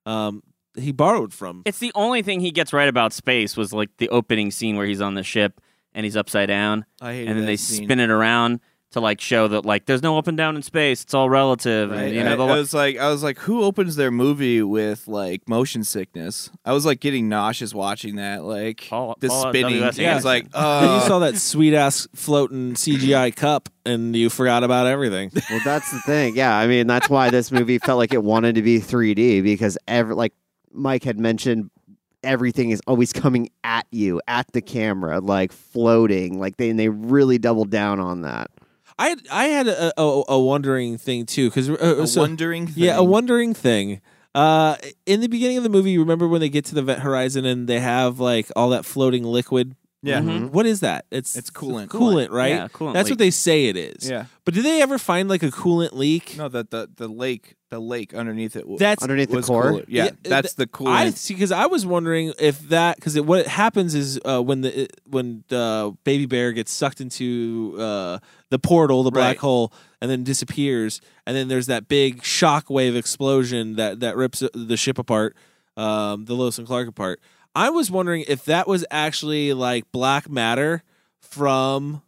Speaker 1: um, he borrowed from.
Speaker 4: It's the only thing he gets right about space was like the opening scene where he's on the ship and he's upside down.
Speaker 2: I hated
Speaker 4: And then
Speaker 2: that
Speaker 4: they
Speaker 2: scene.
Speaker 4: spin it around to like show that like there's no up and down in space. It's all relative.
Speaker 2: I,
Speaker 4: and, you know,
Speaker 2: I-
Speaker 4: the,
Speaker 2: I was like, I was like, who opens their movie with like motion sickness? I was like getting nauseous watching that, like the
Speaker 4: Paul
Speaker 2: spinning.
Speaker 4: W.S.
Speaker 2: I was
Speaker 4: Anderson.
Speaker 2: like,
Speaker 1: Then
Speaker 2: uh,
Speaker 1: you saw that sweet ass floating CGI cup, and you forgot about everything.
Speaker 3: Well, that's the thing. Yeah, I mean, that's why this movie felt like it wanted to be 3D because ever like Mike had mentioned everything is always coming at you at the camera like floating like they and they really doubled down on that.
Speaker 1: I I had a a, a wondering thing too because uh,
Speaker 2: a
Speaker 1: so-
Speaker 2: wondering. Thing.
Speaker 1: yeah a wondering thing. Uh, in the beginning of the movie, you remember when they get to the Event Horizon and they have like all that floating liquid.
Speaker 2: Yeah.
Speaker 4: Mhm.
Speaker 1: What is that? It's
Speaker 2: It's coolant.
Speaker 1: Coolant, right?
Speaker 4: Yeah, coolant
Speaker 1: That's
Speaker 4: leak.
Speaker 1: what they say it is.
Speaker 2: Yeah.
Speaker 1: But did they ever find like a coolant leak?
Speaker 2: No, the the, the lake, the lake underneath it. w-
Speaker 1: That's
Speaker 3: Underneath the
Speaker 2: was
Speaker 3: core?
Speaker 2: cooler. Yeah, that's the cool.
Speaker 1: I see because I was wondering if that because what it happens is uh, when the it- when uh, baby bear gets sucked into uh, the portal, the black
Speaker 2: Right.
Speaker 1: hole, and then disappears, and then there's that big shockwave explosion that that rips uh, the ship apart, um, the Lois and Clark apart. I was wondering if that was actually like black matter from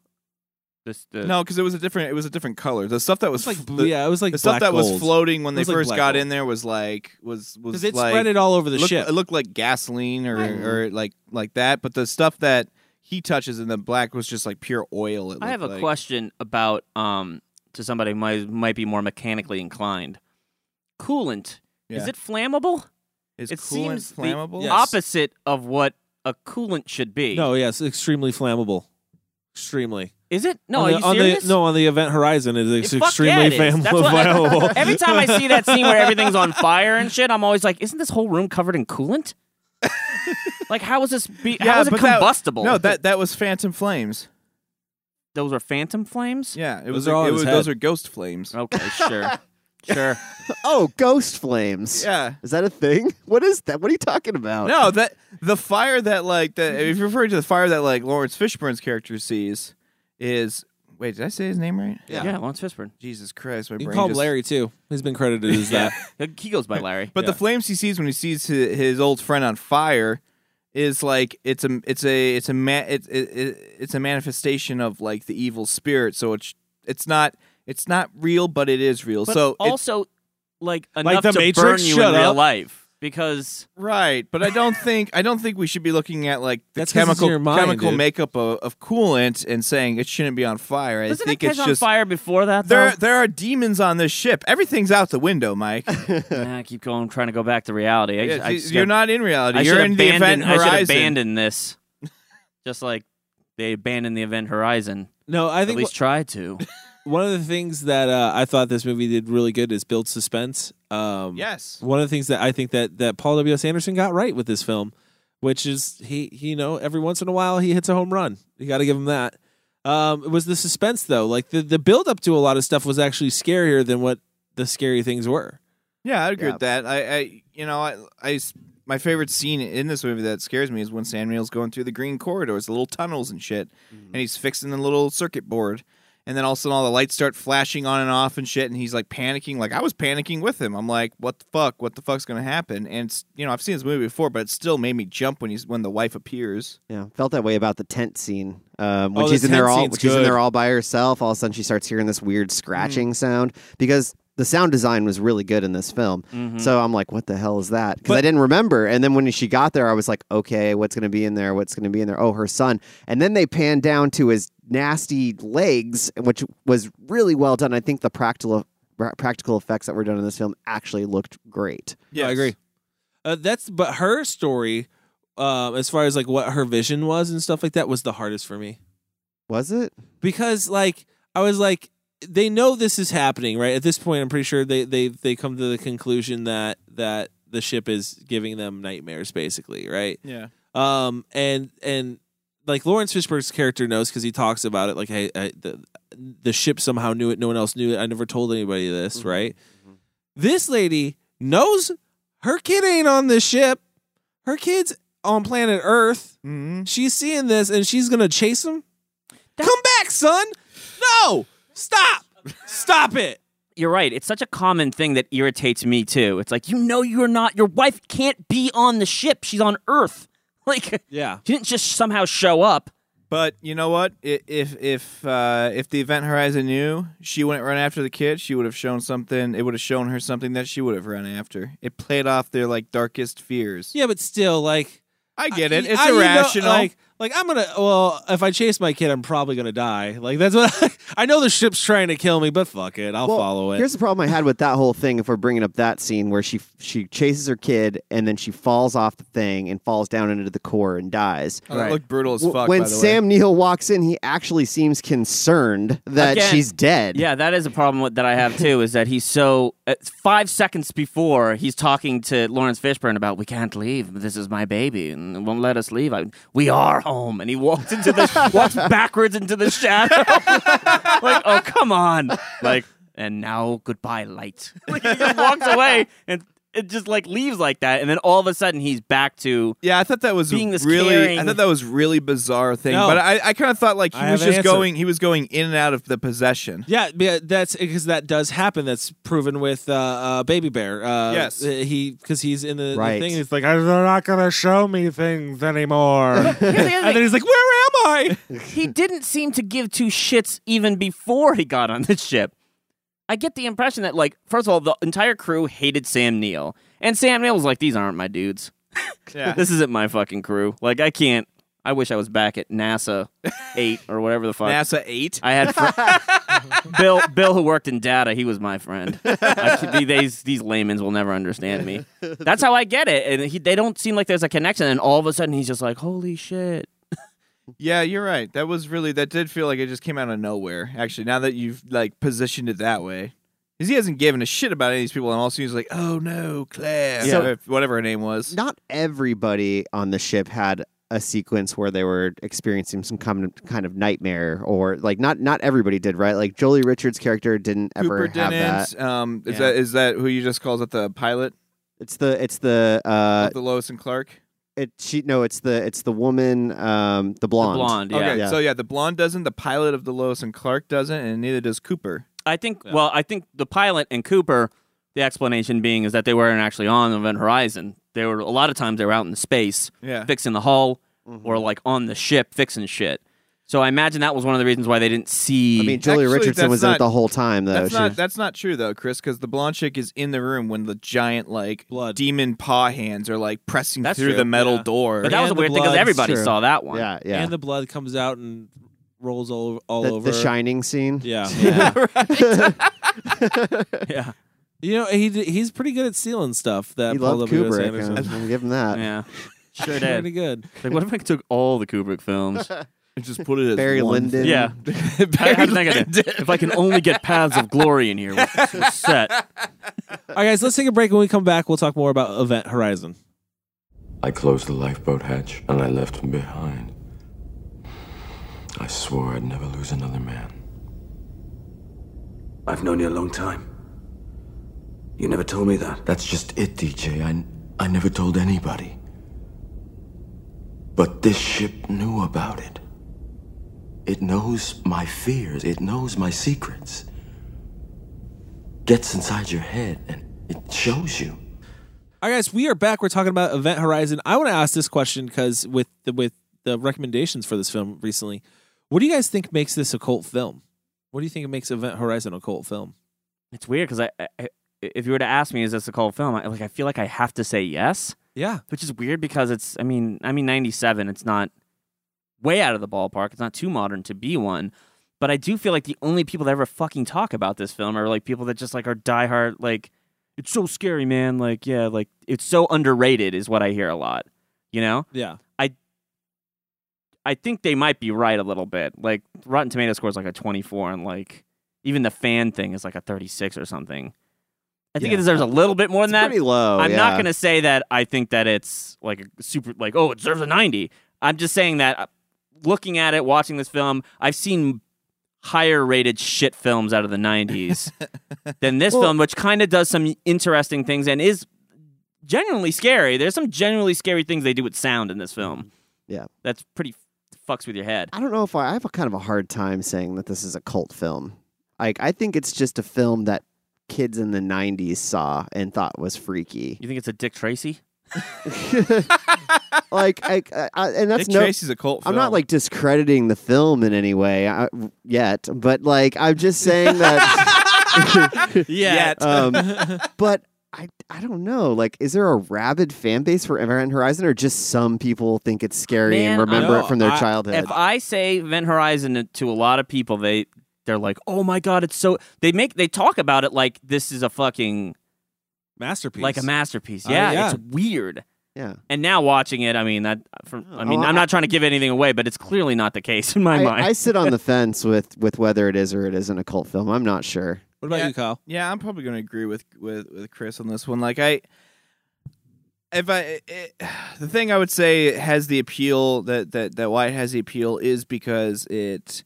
Speaker 4: this, the,
Speaker 2: no, because it was a different. It was a different color. The stuff that was,
Speaker 1: it's like
Speaker 2: the,
Speaker 1: yeah, it was like
Speaker 2: the stuff
Speaker 1: black
Speaker 2: that was
Speaker 1: gold.
Speaker 2: floating
Speaker 1: It
Speaker 2: when they
Speaker 1: was like
Speaker 2: first
Speaker 1: black
Speaker 2: got
Speaker 1: gold.
Speaker 2: in there was like was was
Speaker 1: because it
Speaker 2: like,
Speaker 1: spread it all over the
Speaker 2: looked-
Speaker 1: ship.
Speaker 2: It looked like gasoline or or like like that. But the stuff that he touches in the black was just like pure oil. It
Speaker 4: I have a
Speaker 2: looked like.
Speaker 4: question about um to somebody who might might be more mechanically inclined. Coolant
Speaker 2: Yeah.
Speaker 4: is it flammable?
Speaker 2: Is
Speaker 4: it
Speaker 2: coolant
Speaker 4: seems
Speaker 2: flammable?
Speaker 4: the
Speaker 1: Yes.
Speaker 4: opposite of what a coolant should be.
Speaker 1: No, yes, extremely flammable. Extremely.
Speaker 4: is it?
Speaker 1: on
Speaker 4: No, are
Speaker 1: the,
Speaker 4: you
Speaker 1: on
Speaker 4: serious?
Speaker 1: the no on the event horizon it is
Speaker 4: Fuck yeah,
Speaker 1: extremely
Speaker 4: it is.
Speaker 1: flammable.
Speaker 4: That's what I- every time I see that scene where everything's on fire and shit, I'm always like, isn't this whole room covered in coolant? like, how is this? Be, how is it
Speaker 2: but that-
Speaker 4: combustible?
Speaker 2: no, that that was phantom flames.
Speaker 4: those are phantom flames.
Speaker 2: Yeah, it
Speaker 1: Those
Speaker 2: was.
Speaker 1: are all
Speaker 2: it
Speaker 1: in
Speaker 2: was
Speaker 1: his
Speaker 2: those
Speaker 1: head.
Speaker 2: are ghost flames.
Speaker 4: Okay, sure, Oh, sure.
Speaker 3: Oh, ghost flames.
Speaker 2: Yeah.
Speaker 3: Is that a thing? What is that? What are you talking about?
Speaker 2: No, that the fire that like that if you're referring to the fire that like Lawrence Fishburne's character sees is wait, did I say his name right?
Speaker 4: Yeah, Lawrence Fishburne.
Speaker 2: Jesus Christ, my
Speaker 1: you
Speaker 2: brain
Speaker 1: can call him
Speaker 2: just-
Speaker 1: Larry too. He's been credited as that.
Speaker 4: He goes by Larry.
Speaker 2: But the flames he sees when he sees his, his old friend on fire is like it's a it's a it's a ma- it's it, it, it's a manifestation of like the evil spirit. So it's it's not it's not real, but it is real.
Speaker 4: But
Speaker 2: so it's-
Speaker 4: also like enough
Speaker 1: Like the
Speaker 4: to
Speaker 1: Matrix?
Speaker 4: burn you
Speaker 1: Shut
Speaker 4: in real
Speaker 1: up.
Speaker 4: life because
Speaker 2: Right, but I don't think I don't think we should be looking at like the
Speaker 1: That's 'cause it's in
Speaker 2: chemical
Speaker 1: your mind,
Speaker 2: chemical
Speaker 1: dude.
Speaker 2: makeup of, of coolant and saying it shouldn't be on fire. I
Speaker 4: doesn't it
Speaker 2: think
Speaker 4: catch
Speaker 2: it's
Speaker 4: on
Speaker 2: just
Speaker 4: fire before that?
Speaker 2: there
Speaker 4: though?
Speaker 2: there are demons on this ship. Everything's out the window, Mike.
Speaker 4: Nah, I keep going, trying to go back to reality. I,
Speaker 2: Yeah,
Speaker 4: just- I just
Speaker 2: you're not
Speaker 4: gotta-
Speaker 2: in reality.
Speaker 4: I
Speaker 2: You're
Speaker 4: should
Speaker 2: in the event
Speaker 4: abandon- I should
Speaker 2: horizon.
Speaker 4: abandon this, just like they abandoned the event horizon.
Speaker 1: no, I
Speaker 4: At
Speaker 1: think
Speaker 4: least try to.
Speaker 1: one of the things that uh, I thought this movie did really good is build suspense. Um,
Speaker 2: Yes.
Speaker 1: One of the things that I think that that Paul W. S. Anderson got right with this film, which is he, he, you know, every once in a while he hits a home run. You got to give him that. Um, it was the suspense though, like the the build up to a lot of stuff was actually scarier than what the scary things were.
Speaker 2: Yeah, I agree
Speaker 3: Yeah.
Speaker 2: with that. I, I you know I, I s- my favorite scene in this movie that scares me is when Samuel's going through the green corridors, the little tunnels and shit, and he's fixing the little circuit board. And then all of a sudden, all the lights start flashing on and off and shit, and he's like panicking. Like I was panicking with him. I'm like, "What the fuck? What the fuck's gonna happen?" And it's, you know, I've seen this movie before, but it still made me jump when he's when the wife appears.
Speaker 3: Yeah, felt that way about the tent scene. Um, when
Speaker 1: Oh, the
Speaker 3: she's in
Speaker 1: tent
Speaker 3: there all,
Speaker 1: scene's
Speaker 3: when she's in
Speaker 1: good.
Speaker 3: there all by herself. All of a sudden, she starts hearing this weird
Speaker 1: Mm.
Speaker 3: scratching sound because the sound design was really good in this film. So I'm like, what the hell is that? Because I
Speaker 1: Mm-hmm. But-
Speaker 3: didn't remember. And then when she got there, I was like, okay, what's going to be in there? What's going to be in there? Oh, her son. And then they pan down to his nasty legs, which was really well done. I think the practical practical effects that were done in this film actually looked great.
Speaker 1: Yeah, I agree. Uh, that's but her story, um, as far as like what her vision was and stuff like that, was the hardest for me
Speaker 3: Was it?
Speaker 1: because like I was like they know this is happening right at this point. I'm pretty sure they they they come to the conclusion that that the ship is giving them nightmares basically right.
Speaker 2: Yeah,
Speaker 1: Um and and like Lawrence Fishburne's character knows because he talks about it like hey I, the the ship somehow knew it no one else knew it I never told anybody this right. This lady knows her kid ain't on this ship. Her kid's on planet Earth.
Speaker 2: mm-hmm.
Speaker 1: She's seeing this and she's gonna chase him. Come back, son. No, stop, stop it.
Speaker 4: you're right. It's such a common thing that irritates me too. It's like you know you're not your wife can't be on the ship. She's on Earth. Like
Speaker 1: yeah,
Speaker 4: she didn't just somehow show up.
Speaker 2: But you know what? I- If if uh, if the Event Horizon knew she wouldn't run after the kid, she would have shown something. It would have shown her something that she would have run after. It played off their like darkest fears.
Speaker 1: Yeah, but still, like
Speaker 2: I get it.
Speaker 1: I-
Speaker 2: It's
Speaker 1: I- you know,
Speaker 2: irrational.
Speaker 1: like, like I'm gonna. Well, if I chase my kid, I'm probably gonna die. Like that's what I, know. The ship's trying to kill me, but fuck it, I'll
Speaker 3: Well,
Speaker 1: follow it.
Speaker 3: Here's the problem I had with that whole thing. If we're bringing up that scene where she she chases her kid and then she falls off the thing and falls down into the core and dies.
Speaker 2: Oh, that looked brutal as
Speaker 3: W-
Speaker 2: fuck.
Speaker 3: when
Speaker 2: by the way.
Speaker 3: Sam Neill walks in, he actually seems concerned that
Speaker 4: Again,
Speaker 3: she's dead.
Speaker 4: Yeah, that is a problem with, that I have too. Is that he's so uh, five seconds before he's talking to Lawrence Fishburne about we can't leave. This is my baby and it won't let us leave. I, we are home, and he walks into the walks backwards into the shadow. like, oh come on! Like, and now goodbye, light. like, he just walks away and. It just like leaves like that, and then all of a sudden he's back to
Speaker 2: Yeah, I thought that was
Speaker 4: Being this
Speaker 2: really.
Speaker 4: caring-
Speaker 2: I thought that was really bizarre thing.
Speaker 1: No.
Speaker 2: But I, I kind of thought like he
Speaker 1: I
Speaker 2: was
Speaker 1: have an
Speaker 2: just
Speaker 1: answer.
Speaker 2: going. He was going in and out of the possession.
Speaker 1: Yeah, yeah, that's because that does happen. That's proven with uh, uh, Baby Bear. Uh,
Speaker 2: Yes.
Speaker 1: uh, he because he's in the, the
Speaker 3: Right.
Speaker 1: thing. He's like, "Uh, they're not gonna show me things anymore. and
Speaker 4: Here's the other
Speaker 1: then
Speaker 4: thing.
Speaker 1: he's like, "Where am I?"
Speaker 4: he didn't seem to give two shits even before he got on the ship. I get the impression that, like, first of all, the entire crew hated Sam Neill, and Sam Neill was like, "These aren't my dudes.
Speaker 2: Yeah.
Speaker 4: This isn't my fucking crew. Like, I can't. I wish I was back at NASA eight or whatever the fuck."
Speaker 2: NASA eight.
Speaker 4: I had fr- Bill. Bill, who worked in data, he was my friend. I should be- these these laymen's will never understand me. That's how I get it, and he, they don't seem like there's a connection. And all of a sudden, he's just like, "Holy shit!"
Speaker 2: Yeah, you're right. That was really. That did feel like it just came out of nowhere. Actually, now that you've like positioned it that way, because he hasn't given a shit about any of these people, and all of a sudden he's like, "Oh no, Claire,"
Speaker 3: So-
Speaker 2: Or whatever her name was.
Speaker 3: Not everybody on the ship had a sequence where they were experiencing some kind of, kind of nightmare or like not not everybody did right like Jolie Richards' character didn't ever
Speaker 2: Cooper
Speaker 3: have that.
Speaker 2: didn't. Um, is
Speaker 4: Yeah.
Speaker 2: that is that who you just calls it the pilot
Speaker 3: It's the it's the uh
Speaker 2: of the Lois and Clark?
Speaker 3: it she no it's the it's the woman um the
Speaker 4: The
Speaker 3: blonde.
Speaker 4: blonde, yeah.
Speaker 2: Okay,
Speaker 3: Yeah.
Speaker 2: so yeah, the blonde doesn't. The pilot of the Lois and Clark doesn't, and neither does Cooper.
Speaker 4: I think. Well, I think the pilot and Cooper. The explanation being is that they weren't actually on Event Horizon. They were a lot of times they were out in space
Speaker 2: Yeah.
Speaker 4: fixing the hull or like on the ship fixing shit. So I imagine that was one of the reasons why they didn't see.
Speaker 3: I mean Jolie
Speaker 2: Actually,
Speaker 3: Richardson
Speaker 2: that's
Speaker 3: was in
Speaker 2: not-
Speaker 3: it the whole time though.
Speaker 2: That's
Speaker 3: She-
Speaker 2: not that's not true though, Chris, because the blonde chick is in the room when the giant like
Speaker 1: Blood.
Speaker 2: demon paw hands are like pressing
Speaker 4: That's
Speaker 2: through
Speaker 4: true,
Speaker 2: the metal
Speaker 1: yeah.
Speaker 2: door.
Speaker 4: but that was a
Speaker 1: And the
Speaker 4: weird thing because
Speaker 1: blood's
Speaker 4: everybody
Speaker 3: true.
Speaker 4: saw that one.
Speaker 3: yeah, yeah.
Speaker 1: And the blood comes out and rolls all all
Speaker 3: the,
Speaker 1: over.
Speaker 3: the shining scene.
Speaker 1: Yeah.
Speaker 4: yeah,
Speaker 1: you know he d- he's pretty good at stealing stuff. That
Speaker 3: He
Speaker 1: Paul
Speaker 3: loved
Speaker 1: W.S.
Speaker 3: Kubrick.
Speaker 1: Anderson.
Speaker 3: I'm gonna give him that.
Speaker 4: yeah. Sure
Speaker 1: pretty
Speaker 4: did.
Speaker 1: good.
Speaker 4: Like, what if I took all the Kubrick films?
Speaker 2: just put it as
Speaker 3: Barry Lyndon.
Speaker 4: Yeah. How- how's that gonna- if I can only get Paths of Glory in here, we're we're set.
Speaker 1: All right, guys, let's take a break. When we come back, we'll talk more about Event Horizon.
Speaker 8: I closed the lifeboat hatch and I left him behind. I swore I'd never lose another man.
Speaker 9: I've known you a long time. You never told me that.
Speaker 8: That's just it, DJ. I, I never told anybody. But this ship knew about it. It knows my fears, it knows my secrets. Gets inside your head and it shows you.
Speaker 1: All right, guys, we are back. We're talking about Event Horizon. I want to ask this question because with the, with the recommendations for this film recently, what do you guys think makes this a cult film? What do you think makes Event Horizon a cult film?
Speaker 4: It's weird because I, I, I- if you were to ask me, is this a cult film? I, like, I feel like I have to say yes,
Speaker 1: Yeah,
Speaker 4: which is weird because it's. I mean, I mean, ninety seven. It's not way out of the ballpark. It's not too modern to be one. But I do feel like the only people that ever fucking talk about this film are like people that just like are diehard. Like, it's so scary, man. Like, yeah, like it's so underrated is what I hear a lot. You know.
Speaker 1: yeah.
Speaker 4: I think they might be right a little bit. Like Rotten Tomato scores like a 24 and like even the fan thing is like a 36 or something. I think
Speaker 1: Yeah.
Speaker 4: it deserves a little bit more
Speaker 3: It's
Speaker 4: than that.
Speaker 3: pretty low.
Speaker 4: I'm
Speaker 3: yeah.
Speaker 4: not going to say that I think that it's like a super like oh it deserves a 90. I'm just saying that uh, looking at it watching this film, I've seen higher rated shit films out of the 90s than this
Speaker 3: Well-
Speaker 4: film which kind of does some interesting things and is genuinely scary. There's some genuinely scary things they do with sound in this film.
Speaker 3: Yeah.
Speaker 4: That's pretty fucks with your head.
Speaker 3: I don't know if I, I have a kind of a hard time saying that this is a cult film. Like I think it's just a film that kids in the 90s saw and thought was freaky.
Speaker 4: You think it's a Dick Tracy?
Speaker 3: like, I, I, I- and that's
Speaker 2: Dick
Speaker 3: no.
Speaker 2: Tracy's a cult
Speaker 3: I'm not
Speaker 2: film.
Speaker 3: like discrediting the film in any way I, yet, but like I'm just saying that.
Speaker 2: Yet.
Speaker 3: um, but I, I don't know. Like, is there a rabid fan base for Event Horizon, or just some people think it's scary and
Speaker 4: Man,
Speaker 3: remember
Speaker 4: I-
Speaker 3: it from their
Speaker 4: I-
Speaker 3: childhood?
Speaker 4: If I say Event Horizon to- to a lot of people, they they're like, "Oh my god, it's so." They make they talk about it like this is a fucking
Speaker 1: masterpiece,
Speaker 4: like a masterpiece.
Speaker 1: Oh,
Speaker 4: Yeah,
Speaker 1: yeah.
Speaker 4: it's weird.
Speaker 3: Yeah.
Speaker 4: And now watching it, I mean that. From, I mean,
Speaker 3: Oh,
Speaker 4: I'm
Speaker 3: I-
Speaker 4: not trying to give anything away, but it's clearly not the case in my
Speaker 3: I,
Speaker 4: mind.
Speaker 3: I sit on the fence with with whether it is or it isn't a cult film. I'm not sure.
Speaker 1: What about you, Kyle?
Speaker 2: Yeah, I'm probably going to agree with with with Chris on this one. Like I if I it, the thing I would say has the appeal that that that why it has the appeal is because it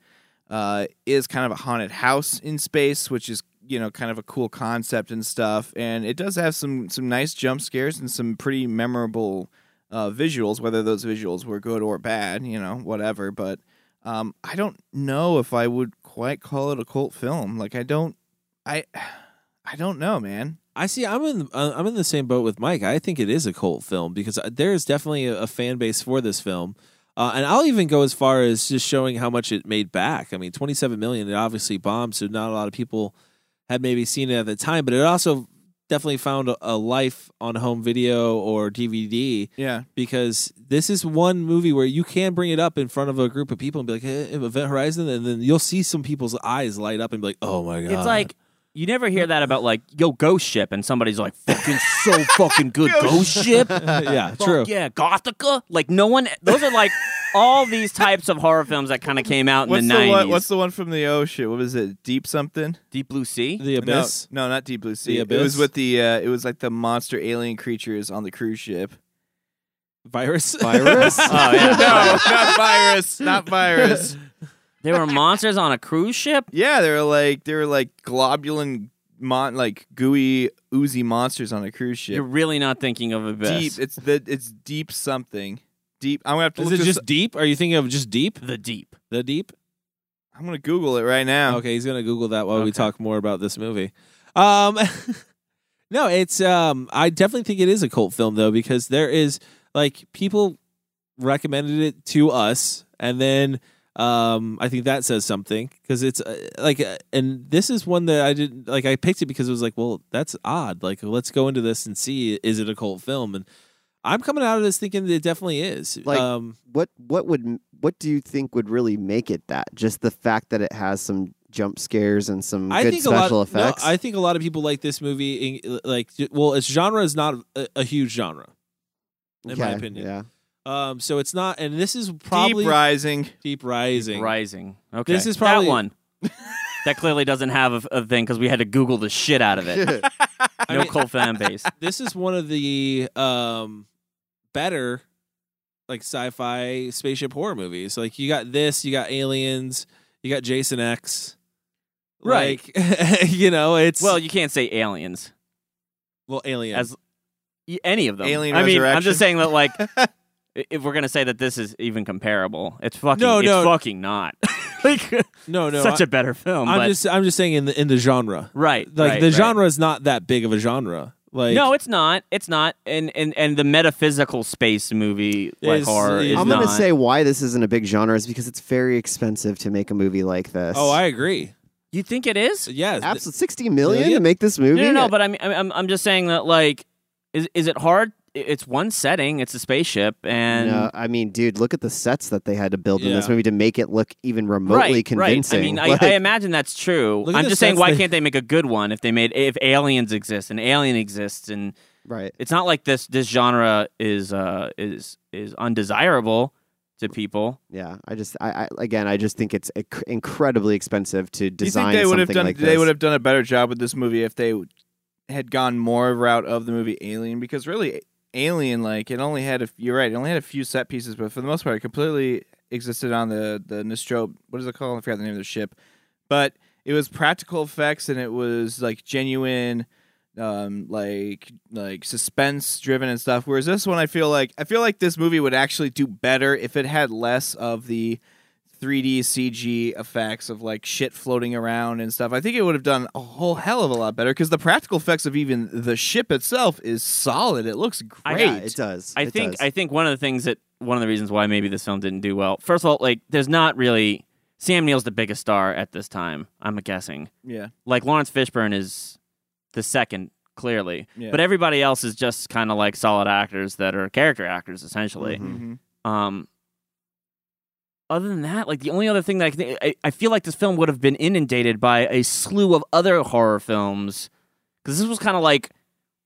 Speaker 2: uh is kind of a haunted house in space, which is you know kind of a cool concept and stuff and it does have some some nice jump scares and some pretty memorable uh visuals whether those visuals were good or bad you know whatever but um i don't know if i would quite call it a cult film like i don't I I don't know, man.
Speaker 1: I see. I'm in. uh, I'm in the same boat with Mike. I think it is a cult film because uh, there is definitely a, a fan base for this film, uh, and I'll even go as far as just showing how much it made back. I mean, 27 million. It obviously bombed, so not a lot of people had maybe seen it at the time, but it also definitely found a, a life on home video or DVD.
Speaker 2: Yeah.
Speaker 1: because this is one movie where you can bring it up in front of a group of people and be like, hey, "Event Horizon," and then you'll see some people's eyes light up and be like, "Oh my god!"
Speaker 4: It's like you never hear that about like yo ghost ship, and somebody's like fucking so fucking good ghost ship.
Speaker 1: Yeah,
Speaker 4: Fuck
Speaker 1: true.
Speaker 4: Yeah, Gothica. Like no one. Those are like all these types of horror films that kind of came out in
Speaker 2: What's
Speaker 4: the
Speaker 2: the,
Speaker 4: nineties.
Speaker 2: one? What's the one from the oh shit? What was it? Deep something?
Speaker 4: Deep Blue Sea.
Speaker 1: The Abyss?
Speaker 2: No, no, not Deep Blue Sea.
Speaker 1: The
Speaker 2: It was
Speaker 1: Abyss?
Speaker 2: with the. Uh, it was like the monster alien creatures on the cruise ship.
Speaker 1: Virus.
Speaker 2: Virus? Oh, yeah. No, not virus. Not virus.
Speaker 4: There were monsters on a cruise ship.
Speaker 2: Yeah, they were like they were like globulin, mon- like gooey, oozy monsters on a cruise ship.
Speaker 4: You're really not thinking of Abyss.
Speaker 2: deep. It's the it's deep something. Deep. I'm gonna have to.
Speaker 1: Is
Speaker 2: look
Speaker 1: it
Speaker 2: this
Speaker 1: just deep? Are you thinking of just deep?
Speaker 4: The deep.
Speaker 1: The deep.
Speaker 2: I'm gonna Google it right now.
Speaker 1: Oh. Okay, he's gonna Google that while we talk more about this movie. Um, no, it's um, I definitely think it is a cult film though because there is like people recommended it to us, and then um, I think that says something because it's uh, like, uh, and this is one that I didn't like. I picked it because it was like, well, that's odd. Like, let's go into this and see is it a cult film? And I'm coming out of this thinking that it definitely is.
Speaker 3: Like,
Speaker 1: um,
Speaker 3: what what would what do you think would really make it that? Just the fact that it has some jump scares and some good
Speaker 1: a
Speaker 3: special
Speaker 1: lot, no,
Speaker 3: effects.
Speaker 1: I think a lot of people like this movie. in- Like, well, its genre is not a, a huge genre, in my
Speaker 3: Okay,
Speaker 1: opinion.
Speaker 3: yeah.
Speaker 1: Um, so it's not, and this is probably
Speaker 2: Deep rising.
Speaker 1: Deep rising.
Speaker 4: Rising. Okay.
Speaker 1: This is probably
Speaker 4: that one. that clearly doesn't have a, a thing because we had to Google the shit out of it. no cult fan base.
Speaker 1: This is one of the um better like sci-fi spaceship horror movies. Like you got this, you got Aliens, you got Jason X.
Speaker 4: Right.
Speaker 1: Like, you know, it's
Speaker 4: Well, you can't say aliens
Speaker 1: well alien
Speaker 4: as y- any of them.
Speaker 1: Alien
Speaker 4: I mean, I'm
Speaker 1: Resurrection.
Speaker 4: just saying that like. i- If we're gonna say that this is even comparable, it's fucking
Speaker 1: No, no.
Speaker 4: it's fucking not. like
Speaker 1: no, no,
Speaker 4: such
Speaker 1: I-
Speaker 4: a better film.
Speaker 1: I'm
Speaker 4: but
Speaker 1: just I'm just saying in the in the genre.
Speaker 4: Right,
Speaker 1: Like
Speaker 4: right,
Speaker 1: the
Speaker 4: right.
Speaker 1: genre is not that big of a genre. Like
Speaker 4: no, it's not. It's not. And and and the metaphysical space movie like
Speaker 1: Is-
Speaker 4: horror is
Speaker 3: I'm
Speaker 4: not.
Speaker 3: gonna say why this isn't a big genre is because it's very expensive to make a movie like this.
Speaker 1: Oh, I agree.
Speaker 4: You think it is?
Speaker 1: Yes.
Speaker 3: Absolutely, sixty million to make this
Speaker 4: No,
Speaker 3: movie.
Speaker 4: no, no. But I'm I'm I'm just saying that like, is is it hard? I- It's one setting. It's a spaceship, and
Speaker 3: No, I mean, dude, look at the sets that they had to build in this
Speaker 4: Yeah.
Speaker 3: movie to make it look even remotely
Speaker 4: right,
Speaker 3: convincing.
Speaker 4: Right. I mean, I,
Speaker 3: Like-
Speaker 4: I imagine that's true.
Speaker 3: Look at
Speaker 4: I'm
Speaker 3: the
Speaker 4: just saying,
Speaker 3: sets
Speaker 4: why
Speaker 3: they-
Speaker 4: can't they make a good one if they made if aliens exist and alien exists and
Speaker 3: right?
Speaker 4: It's not like this this genre is uh is is undesirable to people.
Speaker 3: Yeah, I just, I, I again, I just think it's inc- incredibly expensive to
Speaker 2: Do you
Speaker 3: design
Speaker 2: think they would
Speaker 3: something
Speaker 2: have done
Speaker 3: like this.
Speaker 2: they would have done a better job with this movie if they had gone more route of the movie Alien because really Alien like it only had a you're right it only had a few set pieces but for the most part it completely existed on the the Nostromo what is it called I forgot the name of the ship but it was practical effects and it was like genuine um like like suspense driven and stuff whereas this one I feel like I feel like this movie would actually do better if it had less of the 3D CG effects of like shit floating around and stuff, I think it would have done a whole hell of a lot better because the practical effects of even the ship itself is solid. It looks
Speaker 4: I-
Speaker 2: great.
Speaker 4: yeah, it
Speaker 3: does.
Speaker 4: I think I think one of the things that one of the reasons why maybe this film didn't do well. First of all, like there's not really Sam Neill's the biggest star at this time. I'm guessing.
Speaker 2: Yeah.
Speaker 4: Like Lawrence Fishburne is the second clearly,
Speaker 2: Yeah.
Speaker 4: but everybody else is just kind of like solid actors that are character actors essentially.
Speaker 2: Mhm.
Speaker 4: Um. Other than that, like the only other thing that I, can think, I I feel like this film would have been inundated by a slew of other horror films because this was kind of like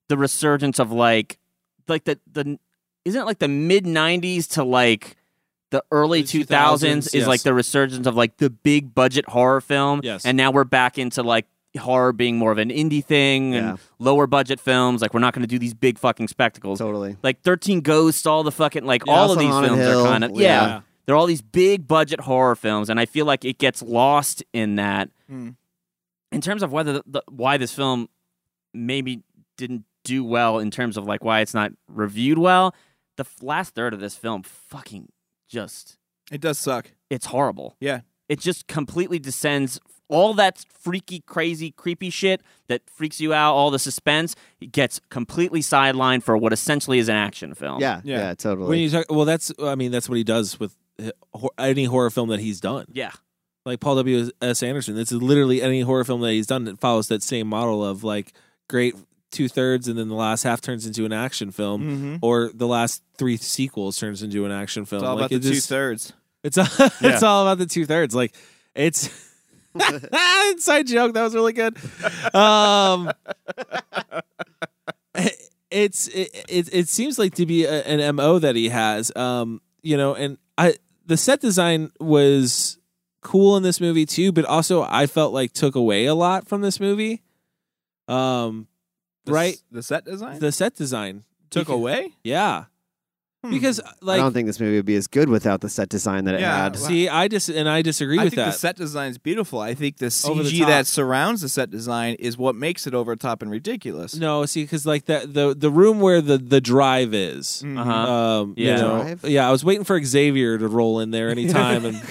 Speaker 4: the resurgence of like like the the isn't it like the mid 90s to like the early 2000s,
Speaker 1: 2000s,
Speaker 4: is
Speaker 1: yes.
Speaker 4: like the resurgence of like the big budget horror film
Speaker 1: Yes.
Speaker 4: and now we're back into like horror being more of an indie thing and lower budget films like we're not going to do these big fucking spectacles
Speaker 3: totally
Speaker 4: like 13 ghosts all the fucking like
Speaker 3: Yeah,
Speaker 4: all
Speaker 3: House
Speaker 4: of
Speaker 3: on
Speaker 4: these
Speaker 3: Haunted
Speaker 4: films
Speaker 3: Hill,
Speaker 4: are kind of
Speaker 3: yeah.
Speaker 4: yeah. they're all these big budget horror films and i feel like it gets lost in that
Speaker 3: Hmm.
Speaker 4: in terms of whether the, the, why this film maybe didn't do well in terms of like why it's not reviewed well the f- last third of this film fucking just
Speaker 2: it does suck
Speaker 4: it's horrible
Speaker 2: yeah
Speaker 4: it just completely descends all that freaky crazy creepy shit that freaks you out all the suspense it gets completely sidelined for what essentially is an action film
Speaker 3: Yeah, yeah, totally.
Speaker 1: When you talk, well, that's I mean that's what he does with h- hor- any horror film that he's done.
Speaker 4: Yeah.
Speaker 1: like Paul W S Anderson. This is literally any horror film that he's done that follows that same model of like great two thirds, and then the last half turns into an action film,
Speaker 2: Mhm.
Speaker 1: or the last three sequels turns into an action film.
Speaker 2: It's all
Speaker 1: like
Speaker 2: about the two thirds.
Speaker 1: It's all, it's all about the two thirds. Like it's inside joke. That was really good. Um, it's it, it it seems like to be a, an mo that he has. Um, you know, and I the set design was cool in this movie too, but also I felt like took away a lot from this movie. Um,
Speaker 2: The s-
Speaker 1: right,
Speaker 2: the set design?
Speaker 1: the set design
Speaker 2: Took
Speaker 1: Because-
Speaker 2: away? Hmm.
Speaker 1: Yeah, because
Speaker 3: I
Speaker 1: like
Speaker 3: don't think this movie would be as good without the set design that it had.
Speaker 1: See, I dis- and I disagree
Speaker 2: I
Speaker 1: with
Speaker 2: think
Speaker 1: that.
Speaker 2: the set design's beautiful. I think the
Speaker 1: Over the
Speaker 2: CG
Speaker 1: top.
Speaker 2: that surrounds the set design is what makes it over the top and ridiculous.
Speaker 1: No, see, because like that the the room where the the drive is.
Speaker 2: Uh-huh.
Speaker 1: Um, you
Speaker 2: Yeah.
Speaker 1: know-
Speaker 2: Drive?
Speaker 1: yeah. I was waiting for Xavier to roll in there anytime and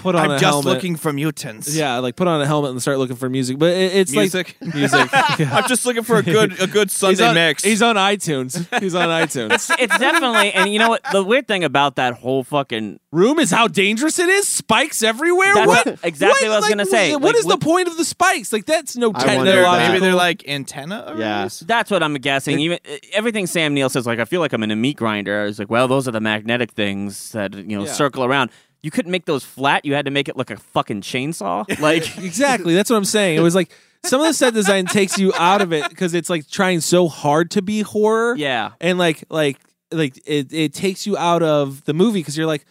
Speaker 1: put on.
Speaker 2: I'm
Speaker 1: a
Speaker 2: just
Speaker 1: helmet.
Speaker 2: looking for mutants.
Speaker 1: Yeah, like put on a helmet and start looking for music. But it, it's
Speaker 2: music.
Speaker 1: like music. Yeah.
Speaker 2: I'm just looking for a good a good Sunday
Speaker 1: he's on,
Speaker 2: mix.
Speaker 1: He's on iTunes. He's on iTunes.
Speaker 4: it's definitely and you know what the weird thing about that whole fucking
Speaker 1: room is how dangerous it is spikes everywhere
Speaker 4: That's
Speaker 1: what
Speaker 4: exactly what I was
Speaker 1: like,
Speaker 4: gonna say.
Speaker 1: what
Speaker 4: Like,
Speaker 1: is
Speaker 4: what-
Speaker 1: the point of the spikes like that's no
Speaker 4: I wonder
Speaker 1: technological
Speaker 4: that.
Speaker 2: Maybe they're like antenna. Or
Speaker 3: Yeah.
Speaker 4: That's what I'm guessing. Even e, everything Sam Neill says, like I feel like I'm in a meat grinder. It's like, well, those are the magnetic things that you know
Speaker 1: Yeah.
Speaker 4: circle around. You couldn't make those flat. You had to make it like a fucking chainsaw. Like
Speaker 1: exactly. That's what I'm saying. It was like some of the set design takes you out of it because it's like trying so hard to be horror.
Speaker 4: Yeah.
Speaker 1: And like like like it, it takes you out of the movie because you're like,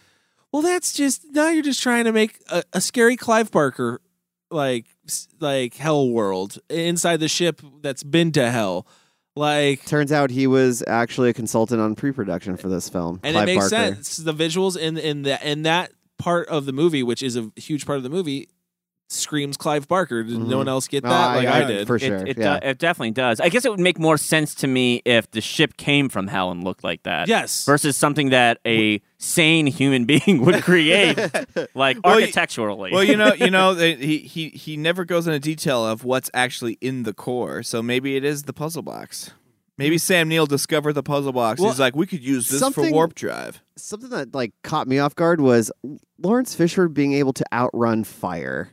Speaker 1: well, that's just now you're just trying to make a, a scary Clive Barker like s- like hell world inside the ship that's been to hell. Like
Speaker 3: Turns out he was actually a consultant on pre-production for this film.
Speaker 1: and
Speaker 3: Clive
Speaker 1: it makes
Speaker 3: Barker.
Speaker 1: sense. The visuals in in the in that part of the movie, which is a huge part of the movie, screams Clive Barker. Did
Speaker 3: Mhm.
Speaker 1: no one else get
Speaker 3: No,
Speaker 1: that?
Speaker 3: I-
Speaker 1: like
Speaker 3: I-
Speaker 1: I did
Speaker 3: for
Speaker 4: It-
Speaker 3: sure,
Speaker 4: It,
Speaker 3: yeah.
Speaker 4: do- it definitely does. I guess it would make more sense to me if the ship came from hell and looked like that.
Speaker 1: Yes.
Speaker 4: Versus something that a sane human being would create, like
Speaker 2: Well, you-
Speaker 4: architecturally.
Speaker 2: Well, you know, you know, they- he he he never goes into detail of what's actually in the core. So maybe it is the puzzle box.
Speaker 1: Mm.
Speaker 2: Maybe Sam Neill discovered the puzzle box.
Speaker 3: Well,
Speaker 2: He's like, we could use this for
Speaker 3: something-
Speaker 2: warp drive.
Speaker 3: Something that like caught me off guard was Lawrence Fishburne being able to outrun fire.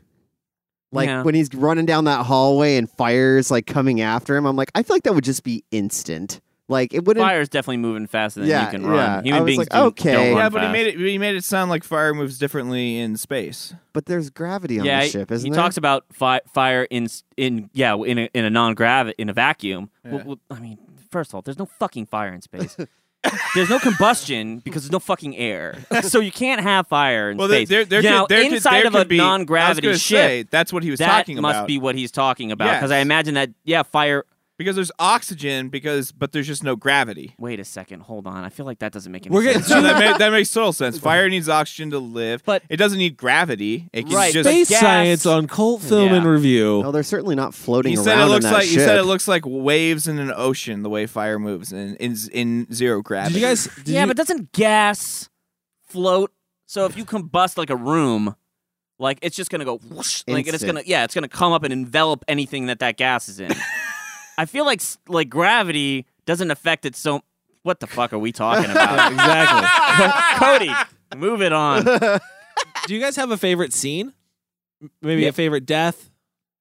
Speaker 3: Like
Speaker 4: Yeah.
Speaker 3: when he's running down that hallway and fire's like coming after him, I'm like, I feel like that would just be instant. Like it wouldn't.
Speaker 4: Fire's definitely moving faster than
Speaker 3: Yeah,
Speaker 4: you can
Speaker 3: yeah.
Speaker 4: run. Human
Speaker 3: I was
Speaker 4: beings
Speaker 3: like,
Speaker 4: do,
Speaker 3: okay.
Speaker 4: don't run
Speaker 2: Yeah, but he
Speaker 4: fast.
Speaker 2: made it. He made it sound like fire moves differently in space.
Speaker 3: But there's gravity on
Speaker 4: yeah,
Speaker 3: the
Speaker 4: he-
Speaker 3: ship, isn't
Speaker 4: he
Speaker 3: there?
Speaker 4: talks about fi- fire in s- in yeah in a, in a non grav in a vacuum. Well,
Speaker 3: Yeah.
Speaker 4: well, I mean, first of all, there's no fucking fire in space. there's no combustion because there's no fucking air, so you can't have fire in
Speaker 2: Well, there-
Speaker 4: space.
Speaker 2: there- there
Speaker 4: now,
Speaker 2: could- there could-
Speaker 4: inside
Speaker 2: there
Speaker 4: of a
Speaker 2: could be- I was
Speaker 4: non gravity
Speaker 2: gonna
Speaker 4: ship,
Speaker 2: say, that's what he was
Speaker 4: that
Speaker 2: talking
Speaker 4: Must
Speaker 2: about.
Speaker 4: be what he's talking about because I
Speaker 2: Yes.
Speaker 4: imagine that yeah, fire.
Speaker 2: Because there's oxygen, because but there's just no gravity.
Speaker 4: Wait a second, hold on. I feel like that doesn't make any
Speaker 2: We're getting
Speaker 4: sense.
Speaker 2: no, that, ma- that makes total sense. Fire needs oxygen to live, but it doesn't need gravity. It can
Speaker 4: Right,
Speaker 2: just
Speaker 1: Space science on cult film and review.
Speaker 3: No, they're certainly not floating
Speaker 2: You
Speaker 3: around
Speaker 2: said it
Speaker 3: in
Speaker 2: looks
Speaker 3: that
Speaker 2: like
Speaker 3: ship.
Speaker 2: you said it looks like waves in an ocean the way fire moves in in, in zero gravity.
Speaker 1: guys-
Speaker 4: yeah, but doesn't gas float So if you combust like a room, like it's just gonna go whoosh, like and it's
Speaker 3: Instant.
Speaker 4: gonna yeah, it's gonna come up and envelop anything that that gas is in. I feel like s- like gravity doesn't affect it so. What the fuck are we talking about? exactly, Cody. Move it on.
Speaker 1: Do you guys have a favorite scene? M- Maybe
Speaker 4: Yeah.
Speaker 1: a favorite death.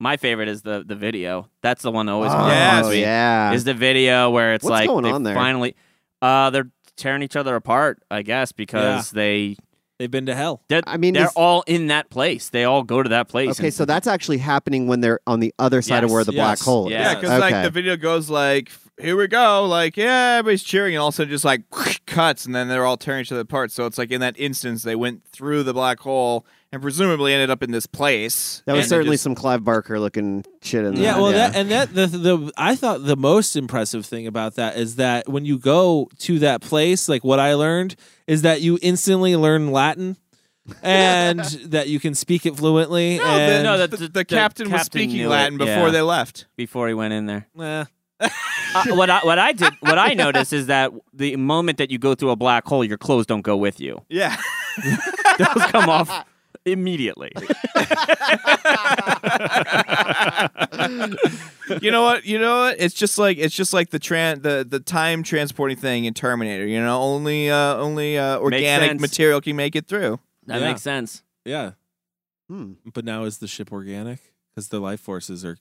Speaker 4: My favorite is the the video. That's the one that always.
Speaker 1: Oh,
Speaker 4: comes
Speaker 1: Yes.
Speaker 4: to me,
Speaker 1: yeah.
Speaker 4: Is the video where it's
Speaker 3: Ah. What's
Speaker 4: like
Speaker 3: going
Speaker 4: they
Speaker 3: on there?
Speaker 4: finally, uh, they're tearing each other apart. I guess because they
Speaker 1: they've been to hell.
Speaker 4: I
Speaker 3: mean,
Speaker 4: mean, they're
Speaker 3: this-
Speaker 4: all in that place. They all go to that place.
Speaker 3: Okay,
Speaker 4: and-
Speaker 3: so that's actually happening when they're on the other side of where the
Speaker 4: Yes,
Speaker 3: black
Speaker 4: yes,
Speaker 3: hole is.
Speaker 4: yes.
Speaker 2: Yeah, because
Speaker 3: okay.
Speaker 2: like the video goes like, "Here we go!" Like, yeah, everybody's cheering, and all of a sudden, just like cuts, and then they're all tearing each other apart. So it's like in that instance, they went through the black hole and presumably ended up in this place.
Speaker 3: that was
Speaker 2: and they
Speaker 3: certainly
Speaker 2: just-
Speaker 3: some Clive Barker looking shit in there.
Speaker 1: Mm, Yeah, well, that and that the, the I thought the most impressive thing about that is that when you go to that place, like what I learned is that you instantly learn Latin and that you can speak it fluently.
Speaker 2: No, the-
Speaker 1: and-
Speaker 2: no, Oh, the- the- the captain was speaking
Speaker 4: knew
Speaker 2: Latin before they left.
Speaker 4: Before he went in there.
Speaker 1: Nah.
Speaker 4: Uh, what I, what I did what I noticed is that the moment that you go through a black hole, your clothes don't go with you.
Speaker 2: yeah.
Speaker 4: Those come off immediately.
Speaker 2: you know what? You know what? It's just like it's just like the tran the, the time transporting thing in Terminator. You know, only uh, only uh, organic
Speaker 1: sense.
Speaker 2: material can make it through.
Speaker 1: That Yeah. makes
Speaker 4: sense.
Speaker 1: Yeah.
Speaker 3: Hmm.
Speaker 1: But now is the ship organic? Because the life forces are.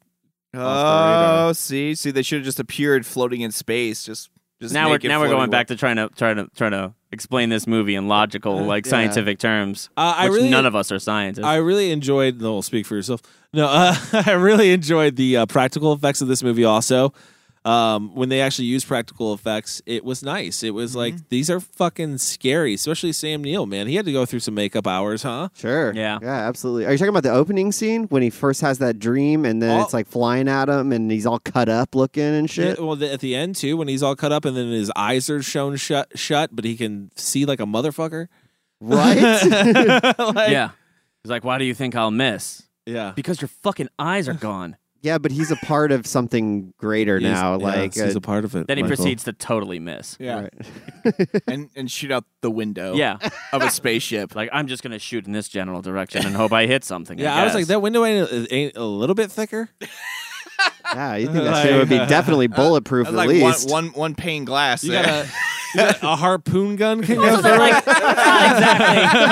Speaker 2: Oh, see, see, they should have just appeared floating in space. Just, just
Speaker 4: now we're
Speaker 2: naked
Speaker 4: now we're going
Speaker 2: floating
Speaker 4: back to trying to trying to trying to explain this movie in logical like
Speaker 1: Yeah.
Speaker 4: scientific terms.
Speaker 1: Uh, I
Speaker 4: which
Speaker 1: really-
Speaker 4: none of us are scientists.
Speaker 1: I really enjoyed. No, speak for yourself. No, uh, I really enjoyed the uh, practical effects of this movie. Also, um, when they actually used practical effects, it was nice. It was like these are fucking scary, especially Sam Neill. Man, he had to go through some makeup hours, huh?
Speaker 3: Sure.
Speaker 4: Yeah.
Speaker 3: Yeah, absolutely. Are you talking about the opening scene when he first has that dream and then
Speaker 1: Oh.
Speaker 3: it's like flying at him and he's all cut up looking and shit?
Speaker 1: Yeah, well, the, at the end too, when he's all cut up and then his eyes are shown shut, shut, but he can see like a motherfucker.
Speaker 3: Right?
Speaker 1: Like-
Speaker 4: yeah. He's like, why do you think I'll miss?
Speaker 1: Yeah.
Speaker 4: Because your fucking eyes are gone.
Speaker 3: Yeah, but he's a part of something greater
Speaker 1: He's-
Speaker 3: now.
Speaker 1: yeah,
Speaker 3: like uh,
Speaker 1: he's a part of it,
Speaker 4: uh, Then he
Speaker 1: Michael.
Speaker 4: proceeds to totally miss.
Speaker 1: Yeah.
Speaker 2: world. and and shoot out the window.
Speaker 4: Yeah.
Speaker 2: of a spaceship.
Speaker 4: Like I'm just gonna shoot in this general direction and hope I hit something.
Speaker 1: Yeah, I, was like,
Speaker 4: guess.
Speaker 1: that window ain't, ain't a little bit thicker.
Speaker 3: yeah, you think that shit would be definitely bulletproof
Speaker 2: That's
Speaker 3: at
Speaker 2: like
Speaker 3: least.
Speaker 2: one one one pane glass.
Speaker 1: You
Speaker 2: there.
Speaker 1: got a, you got a harpoon gun can go through it?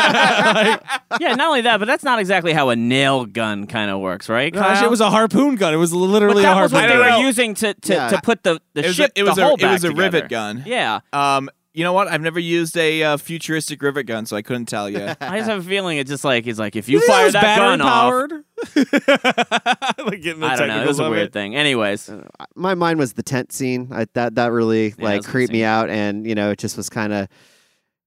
Speaker 4: yeah, not only that, but that's not exactly how a nail gun kind of works, right?
Speaker 1: Gosh,
Speaker 4: Kyle?
Speaker 1: it was a harpoon gun. It was
Speaker 4: But
Speaker 1: literally
Speaker 4: that
Speaker 1: a
Speaker 4: was
Speaker 1: harpoon
Speaker 4: what
Speaker 1: gun.
Speaker 4: they were using to, to,
Speaker 1: Yeah.
Speaker 4: to put the, the
Speaker 2: it was
Speaker 4: ship
Speaker 2: a, it was
Speaker 4: the
Speaker 2: a,
Speaker 4: hull
Speaker 2: it was
Speaker 4: back
Speaker 2: a rivet
Speaker 4: together.
Speaker 2: gun.
Speaker 4: Yeah.
Speaker 2: Um, you know what? I've never used a uh, futuristic rivet gun, so I couldn't tell you.
Speaker 4: I just have a feeling it's just like he's like if you
Speaker 1: think that
Speaker 4: fire
Speaker 1: was
Speaker 4: that
Speaker 1: battery
Speaker 4: gun
Speaker 1: powered?
Speaker 4: off,
Speaker 1: like getting the
Speaker 4: I don't know. It was
Speaker 1: technicals
Speaker 4: a
Speaker 1: of
Speaker 4: weird
Speaker 1: it.
Speaker 4: thing. Anyways,
Speaker 3: my mind was the tent scene. I, that that really like creeped me out, and you know, it just was kind of.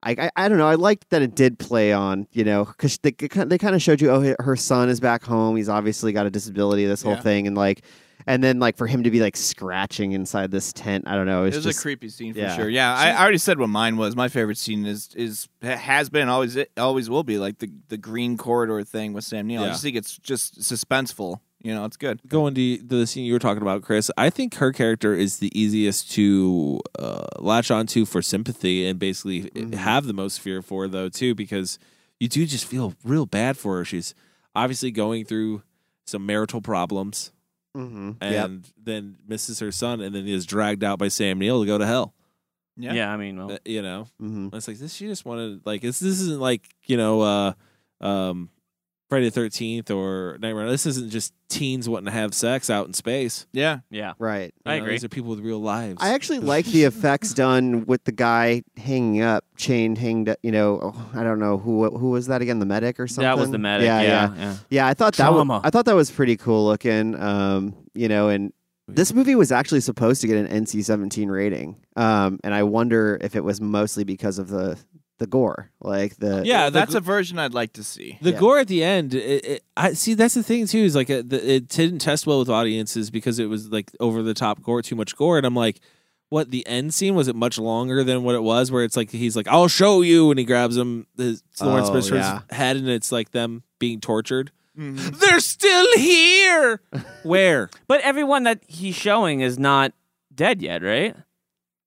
Speaker 3: I, I, I don't know. I liked that it did play on, you know, because they, they kind of showed you, oh, he- her son is back home. He's obviously got a disability, this whole
Speaker 2: Yeah.
Speaker 3: thing. And like, and then like for him to be like scratching inside this tent, I don't know. It was,
Speaker 2: It was
Speaker 3: just,
Speaker 2: a creepy scene for
Speaker 3: yeah.
Speaker 2: sure. Yeah, I, I already said what mine was. My favorite scene is is has been always it always will be like the the green corridor thing with Sam Neill. I
Speaker 1: Yeah.
Speaker 2: just think it's just suspenseful. You know, it's good.
Speaker 1: Going to the scene you were talking about, Chris, I think her character is the easiest to uh, latch onto for sympathy and basically have the most fear for, though, too, because you do just feel real bad for her. She's obviously going through some marital problems
Speaker 3: Mhm. Yep.
Speaker 1: and then misses her son and then is dragged out by Sam Neill to go to hell.
Speaker 2: Yeah.
Speaker 4: Yeah, I
Speaker 3: Oh.
Speaker 4: mean, well-
Speaker 1: Uh, you know,
Speaker 3: Mhm.
Speaker 1: it's like this. She just wanted like it's, this isn't like you know, uh, um, Friday the Thirteenth or Nightmare. on- This isn't just teens wanting to have sex out in space.
Speaker 2: Yeah,
Speaker 4: yeah,
Speaker 3: right.
Speaker 1: You know, These are people with real lives.
Speaker 3: I actually like the effects done with the guy hanging up, chained, hanged. up, You know, oh, I don't know who who was that again, the medic or something.
Speaker 4: That was the medic, yeah, yeah.
Speaker 3: Yeah, I thought that
Speaker 4: Trauma.
Speaker 3: was, I thought that was pretty cool looking. Um, you know, and this movie was actually supposed to get an NC-17 rating. Um, and I wonder if it was mostly because of the the gore, like the
Speaker 1: Yeah, the
Speaker 2: that's
Speaker 1: gr-
Speaker 2: a version I'd like to see.
Speaker 1: The gore at the end, it, it, I see. That's the thing too. Is like uh the, it didn't test well with audiences because it was like over the top gore, too much gore, and I'm like, what? The end scene was it much longer than what it was? Where it's like he's like, "I'll show you," and he grabs him his Lawrence
Speaker 3: Oh,
Speaker 1: Fishburne's
Speaker 3: yeah. Mm-hmm.
Speaker 1: head, and it's like them being tortured.
Speaker 4: they're still here.
Speaker 1: Where?
Speaker 4: But everyone that he's showing is not dead yet, right?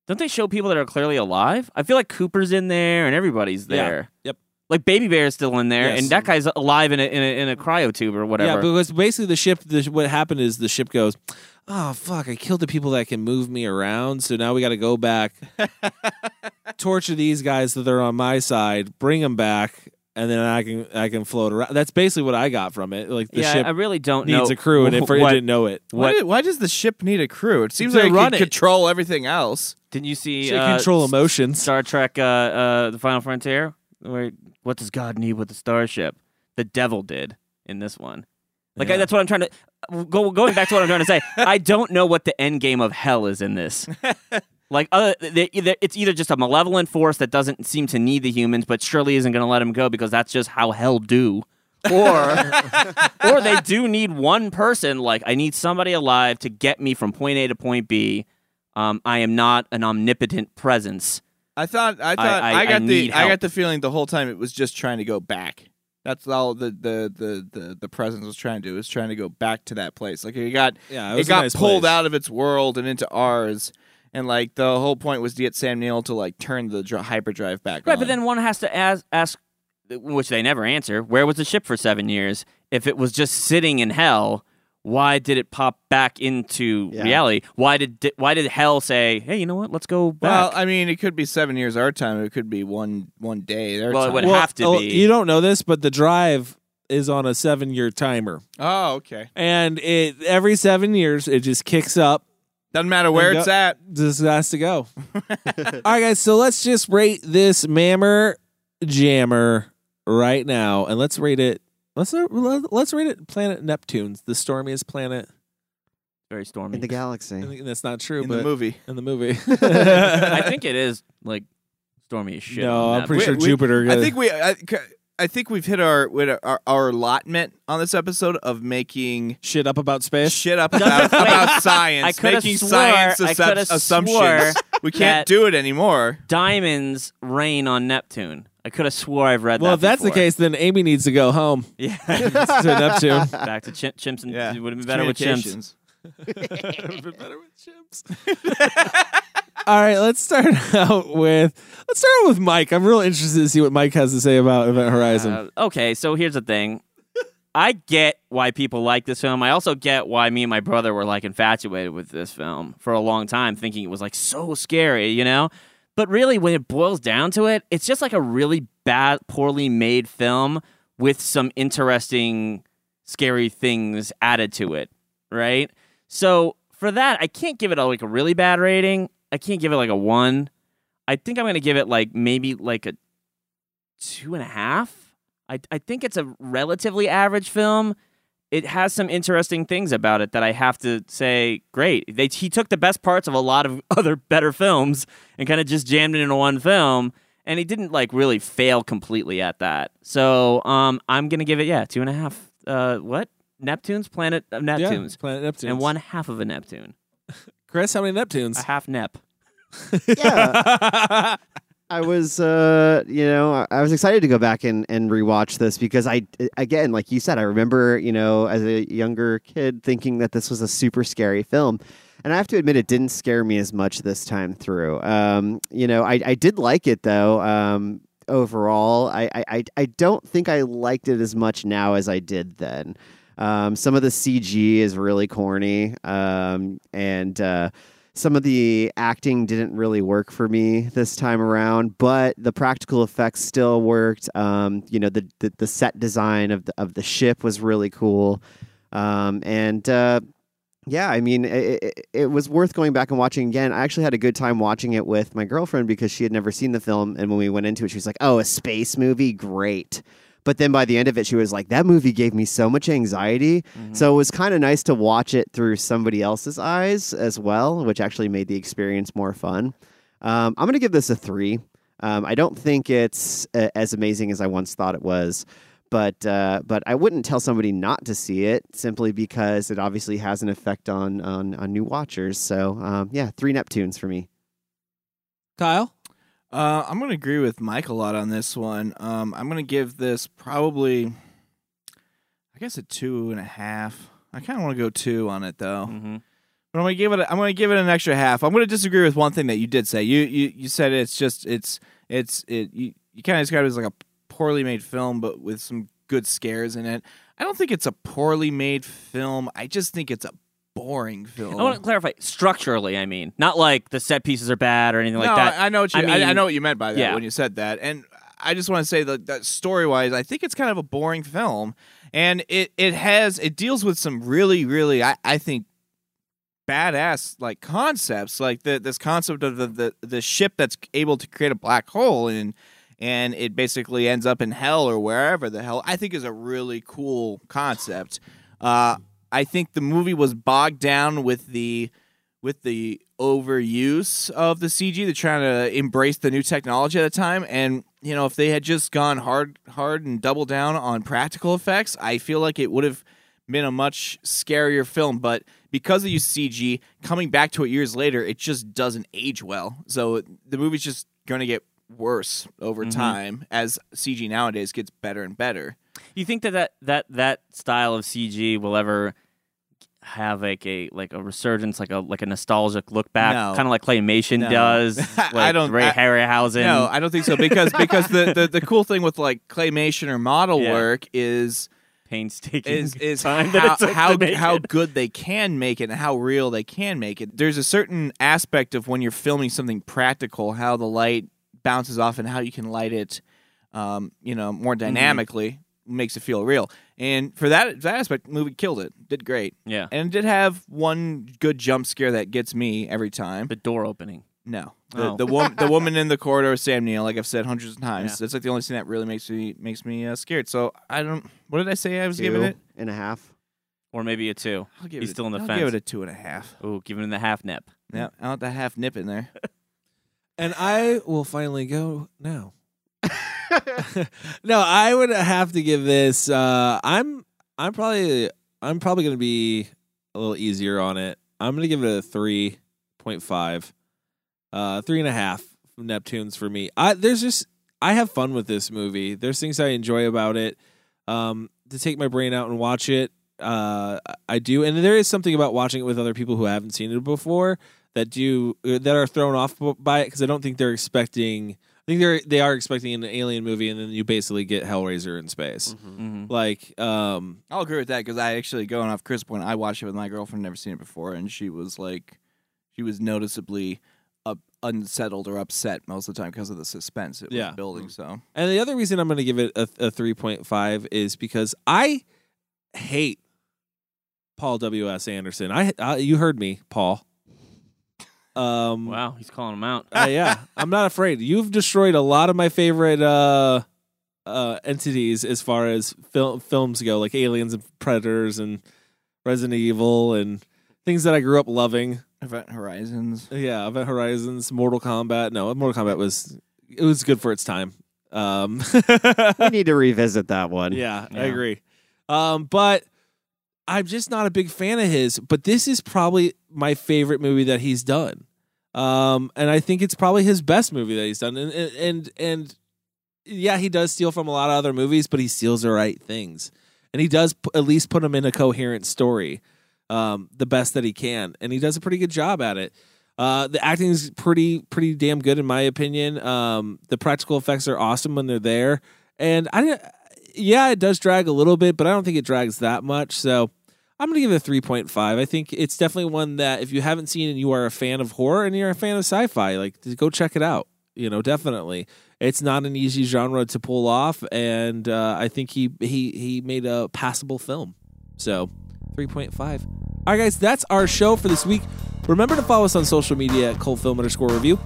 Speaker 4: Don't they show people that are clearly alive? I feel like Cooper's in there and everybody's
Speaker 1: Yeah.
Speaker 4: there.
Speaker 1: Yep.
Speaker 4: Like Baby Bear is still in there,
Speaker 1: Yes.
Speaker 4: and that guy's alive in a in a, in a cryo tube or whatever.
Speaker 1: Yeah, because basically the ship. The, sh- what happened is the ship goes, "Oh fuck! I killed the people that can move me around, so now we got to go back, torture these guys that are on my side, bring them back, and then I can I can float around." That's basically what I got from it. Like the
Speaker 4: Yeah,
Speaker 1: ship,
Speaker 4: I really don't
Speaker 1: needs
Speaker 4: know
Speaker 1: a crew, and if
Speaker 4: what-
Speaker 1: I didn't know it,
Speaker 2: Why, did- why does the ship need a crew? It seems
Speaker 1: To
Speaker 2: like it
Speaker 1: run
Speaker 2: could
Speaker 1: it.
Speaker 2: control everything else.
Speaker 4: Didn't you see uh,
Speaker 1: Should control
Speaker 4: S-
Speaker 1: emotions.
Speaker 4: Star Trek: uh, uh, The Final Frontier, where what does God need with the starship? The devil did in this one. Like I-
Speaker 1: Yeah.
Speaker 4: that's what I'm trying to go going back to what I'm trying to say. I don't know what the end game of hell is in this. Like other, they, either, it's either just a malevolent force that doesn't seem to need the humans, but surely isn't going to let them go because that's just how hell do. Or, or they do need one person. Like I need somebody alive to get me from point A to point B. Um, I am not an omnipotent presence.
Speaker 2: I thought I
Speaker 4: I-
Speaker 2: thought I,
Speaker 4: I- I
Speaker 2: got the
Speaker 4: need
Speaker 2: I got
Speaker 4: help.
Speaker 2: the feeling the whole time it was just trying to go back. That's all the the the the, the presence was trying to do. It was trying to go back to that place. Like it got
Speaker 1: Yeah, it
Speaker 2: it,
Speaker 1: was a
Speaker 2: got
Speaker 1: nice
Speaker 2: pulled
Speaker 1: place.
Speaker 2: out of its world and into ours. And like the whole point was to get Sam Neill to like turn the dr- hyperdrive back
Speaker 4: Right,
Speaker 2: on.
Speaker 4: but then one has to ask, ask, which they never answer. Where was the ship for seven years? If it was just sitting in hell, why did it pop back into reality? Why did di- why did hell say, "Hey, you know what? Let's go
Speaker 2: well,
Speaker 4: back"?
Speaker 2: I mean, it could be seven years our time. It could be one one day their
Speaker 4: Well, it
Speaker 2: time.
Speaker 4: would
Speaker 1: Well,
Speaker 4: have to
Speaker 1: oh,
Speaker 4: be.
Speaker 1: You don't know this, but the drive is on a seven-year timer,
Speaker 2: Oh, okay.
Speaker 1: and it every seven years it just kicks up.
Speaker 2: Doesn't matter where
Speaker 1: and
Speaker 2: it's
Speaker 1: go-
Speaker 2: at.
Speaker 1: Just has to go. All right, guys. So let's just rate this Mammer Jammer right now, and let's rate it. Let's let's rate it. Planet Neptune's the stormiest planet.
Speaker 4: Very stormy.
Speaker 3: in
Speaker 1: I
Speaker 3: the galaxy.
Speaker 1: think that's not true,
Speaker 2: In the
Speaker 1: but
Speaker 2: movie.
Speaker 1: in the movie,
Speaker 4: I think it is like stormy as shit.
Speaker 1: No,
Speaker 4: on
Speaker 1: I'm
Speaker 4: that
Speaker 1: pretty
Speaker 4: one.
Speaker 1: sure Jupiter
Speaker 2: I
Speaker 1: goes-
Speaker 2: think we. I, c- I think we've hit our, with our our allotment on this episode of making
Speaker 1: shit up about space.
Speaker 2: shit up about, about
Speaker 4: I
Speaker 2: science,
Speaker 4: coulda
Speaker 2: making
Speaker 4: swore-
Speaker 2: science
Speaker 4: I
Speaker 2: assup-
Speaker 4: coulda swore
Speaker 2: assumptions. We can't
Speaker 4: that-
Speaker 2: do it anymore.
Speaker 4: Diamonds rain on Neptune. I could have swore I've read
Speaker 1: Well,
Speaker 4: that.
Speaker 1: if that's the
Speaker 4: before.
Speaker 1: case, then Amy needs to go home.
Speaker 4: yeah,
Speaker 1: to Neptune.
Speaker 4: back to chim- chimps and
Speaker 2: Yeah,
Speaker 4: it would have been better with chimps.
Speaker 2: Communications.
Speaker 1: better with All right, let's start out with let's start out with Mike. I'm real interested to see what Mike has to say about Event Horizon.
Speaker 4: Uh, okay, so here's the thing. I get why people like this film. I also get why me and my brother were like infatuated with this film for a long time, thinking it was like so scary, you know? But really, when it boils down to it, it's just like a really bad, poorly made film with some interesting, scary things added to it, right? So for that, I can't give it a, like a really bad rating. I can't give it like a one. I think I'm gonna give it like maybe like a two and a half. I, I think it's a relatively average film. It has some interesting things about it that I have to say, great. They, he took the best parts of a lot of other better films and kind of just jammed it into one film. And he didn't like really fail completely at that. So um, I'm going to give it, yeah, two and a half. Uh, what? Neptune's Planet of
Speaker 1: Yeah,
Speaker 4: Neptunes.
Speaker 1: Planet Neptune.
Speaker 4: And one half of a Neptune.
Speaker 1: Chris, how many Neptunes?
Speaker 4: A half Nep.
Speaker 3: yeah. I was, uh, you know, I- I was excited to go back and, and rewatch this because I, again, like you said, I remember, you know, as a younger kid thinking that this was a super scary film. And I have to admit, it didn't scare me as much this time through. Um, you know, I, I did like it though. Um, overall, I, I, I- I don't think I liked it as much now as I did then. Um, some of the CG is really corny. Um, and, uh, some of the acting didn't really work for me this time around, but the practical effects still worked. Um, you know, the, the the set design of the of the ship was really cool, um, and uh, yeah, I mean, it, it, it was worth going back and watching again. I actually had a good time watching it with my girlfriend because she had never seen the film, and when we went into it, she was like, "Oh, a space movie, great." But then by the end of it, she was like, "That movie gave me so much anxiety." So it was kind of nice to watch it through somebody else's eyes as well, which actually made the experience more fun. Um, I'm gonna give this a three. Um, I don't think it's uh, as amazing as I once thought it was, but uh, but I wouldn't tell somebody not to see it simply because it obviously has an effect on on, on new watchers. So um, yeah, three Neptunes for me.
Speaker 1: Kyle?
Speaker 2: Uh, I'm going to agree with Mike a lot on this one. Um, I'm going to give this probably, I guess, a two and a half. I kind of want to go two on it though.
Speaker 4: Mhm.
Speaker 2: But I'm going to give it. A, I'm going to give it an extra half. I'm going to disagree with one thing that you did say. You you you said it's just it's it's it. You, you kind of described it as like a poorly made film, but with some good scares in it. I don't think it's a poorly made film. I just think it's a boring film.
Speaker 4: I want to clarify structurally. I mean, not like the set pieces are bad or anything
Speaker 2: no,
Speaker 4: like that.
Speaker 2: I I know what you. I, I
Speaker 4: mean-
Speaker 2: know what you meant by that
Speaker 4: yeah.
Speaker 2: when you said that, and I just want to say that, that story wise, I think it's kind of a boring film, and it it has it deals with some really really I I think badass like concepts like the this concept of the the, the ship that's able to create a black hole and and it basically ends up in hell or wherever the hell i think is a really cool concept uh i think the movie was bogged down with the with the overuse of the cg they're trying to embrace the new technology at the time and you know if they had just gone hard hard and doubled down on practical effects i feel like it would have been a much scarier film, but because they use CG, coming back to it years later, it just doesn't age well. So the movie's just going to get worse over
Speaker 4: Mhm.
Speaker 2: time as CG nowadays gets better and better.
Speaker 4: You think that that, that that style of CG will ever have like a like a resurgence, like a like a nostalgic look back,
Speaker 2: No.
Speaker 4: kind of like claymation
Speaker 2: No.
Speaker 4: does, like
Speaker 2: I don't
Speaker 4: Ray
Speaker 2: I-
Speaker 4: Harryhausen.
Speaker 2: No, I don't think so because because the, the, the cool thing with like claymation or model
Speaker 4: Yeah.
Speaker 2: work is
Speaker 4: painstaking
Speaker 2: is is
Speaker 4: time that
Speaker 2: how
Speaker 4: it took to
Speaker 2: how,
Speaker 4: make
Speaker 2: how
Speaker 4: it.
Speaker 2: good they can make it and how real they can make it. There's a certain aspect of when you're filming something practical, how the light bounces off and how you can light it, um, you know, more
Speaker 4: Mm-hmm.
Speaker 2: dynamically makes it feel real. And for that that aspect, the movie killed it. Did great.
Speaker 4: Yeah.
Speaker 2: and it did have one good jump scare that gets me every time.
Speaker 4: The door opening.
Speaker 2: No. The,
Speaker 4: Oh.
Speaker 2: the woman, the woman in the corridor, Sam Neill. Like I've said hundreds of times, that's like the only scene that really makes me makes me uh, scared. So I don't. What did I say? I was giving it.
Speaker 3: and a half.
Speaker 4: or maybe a two.
Speaker 2: I'll give
Speaker 4: He's
Speaker 2: it a-
Speaker 4: still in the
Speaker 2: I'll
Speaker 4: fence.
Speaker 2: give it a two and a half.
Speaker 4: Ooh, give him the half nip.
Speaker 2: Yeah, I want the half nip in there.
Speaker 1: And I will finally go now. no, I would have to give this. Uh, I'm I'm probably I'm probably gonna be a little easier on it. I'm gonna give it a three point five, uh, three and a half Neptunes for me. I there's just I have fun with this movie. There's things I enjoy about it. Um, to take my brain out and watch it, uh, I do. And there is something about watching it with other people who haven't seen it before that do uh, that are thrown off by it because I don't think they're expecting. I think they're they are expecting an alien movie, and then you basically get Hellraiser in space. Like, um,
Speaker 2: Mm-hmm. I'll agree with that because I actually going off Chris' point. I watched it with my girlfriend, never seen it before, and she was like, she was noticeably up, Uh, unsettled or upset most of the time because of the suspense it
Speaker 1: Yeah.
Speaker 2: was building. So
Speaker 1: and the other reason I'm going to give it a, a three point five is because I hate Paul W S Anderson. I, I you heard me, Paul. Um,
Speaker 2: Mm.
Speaker 4: Wow, he's calling him out.
Speaker 1: uh, yeah, I'm not afraid. You've destroyed a lot of my favorite uh, uh, entities as far as fil- films go, like Aliens and Predators and Resident Evil and things that I grew up loving.
Speaker 2: Event Horizons.
Speaker 1: Yeah, Event Horizons, Mortal Kombat. No, Mortal Kombat was it was good for its time. Um,
Speaker 3: we need to revisit that one.
Speaker 1: Yeah, I agree. Um, but I'm just not a big fan of his. But this is probably my favorite movie that he's done, um, and I think it's probably his best movie that he's done. And and and, and yeah, he does steal from a lot of other movies, but he steals the right things, and he does p- at least put them in a coherent story, um, the best that he can, and he does a pretty good job at it. Uh, the acting is pretty pretty damn good in my opinion. Um, the practical effects are awesome when they're there, and I didn't- yeah, it does drag a little bit, but I don't think it drags that much. So I'm gonna give it a 3.5. I think it's definitely one that if you haven't seen and you are a fan of horror and you're a fan of sci-fi, like just go check it out. You know, definitely, it's not an easy genre to pull off, and uh, I think he he he made a passable film. So 3.5. All right, guys, that's our show for this week. Remember to follow us on social media at Cold Film underscore review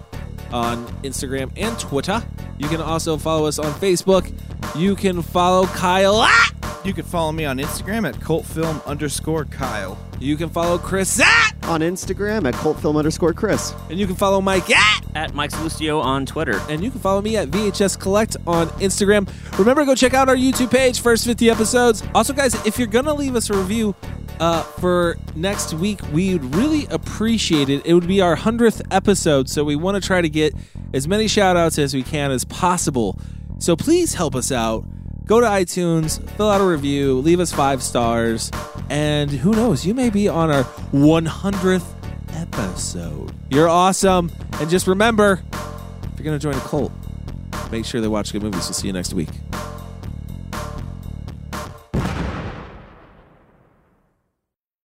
Speaker 1: on Instagram and Twitter. You can also follow us on Facebook. You can follow Kyle. Ah! at-
Speaker 2: you can follow me on Instagram at cultfilm underscore Kyle.
Speaker 1: You can follow Chris Ah! at,
Speaker 3: on Instagram at cultfilm underscore Chris.
Speaker 1: And you can follow Mike at.
Speaker 4: At Mike Salustio on Twitter.
Speaker 1: And you can follow me at VHS Collect on Instagram. Remember, go check out our YouTube page, first 50 episodes. Also, guys, if you're going to leave us a review uh, for next week, we'd really appreciate it. It would be our 100th episode, so we want to try to get as many shout outs as we can as possible. So please help us out. Go to iTunes, fill out a review, leave us five stars, and who knows, you may be on our 100th episode. You're awesome. And just remember, if you're going to join a cult, make sure they watch good movies. We'll see you next week.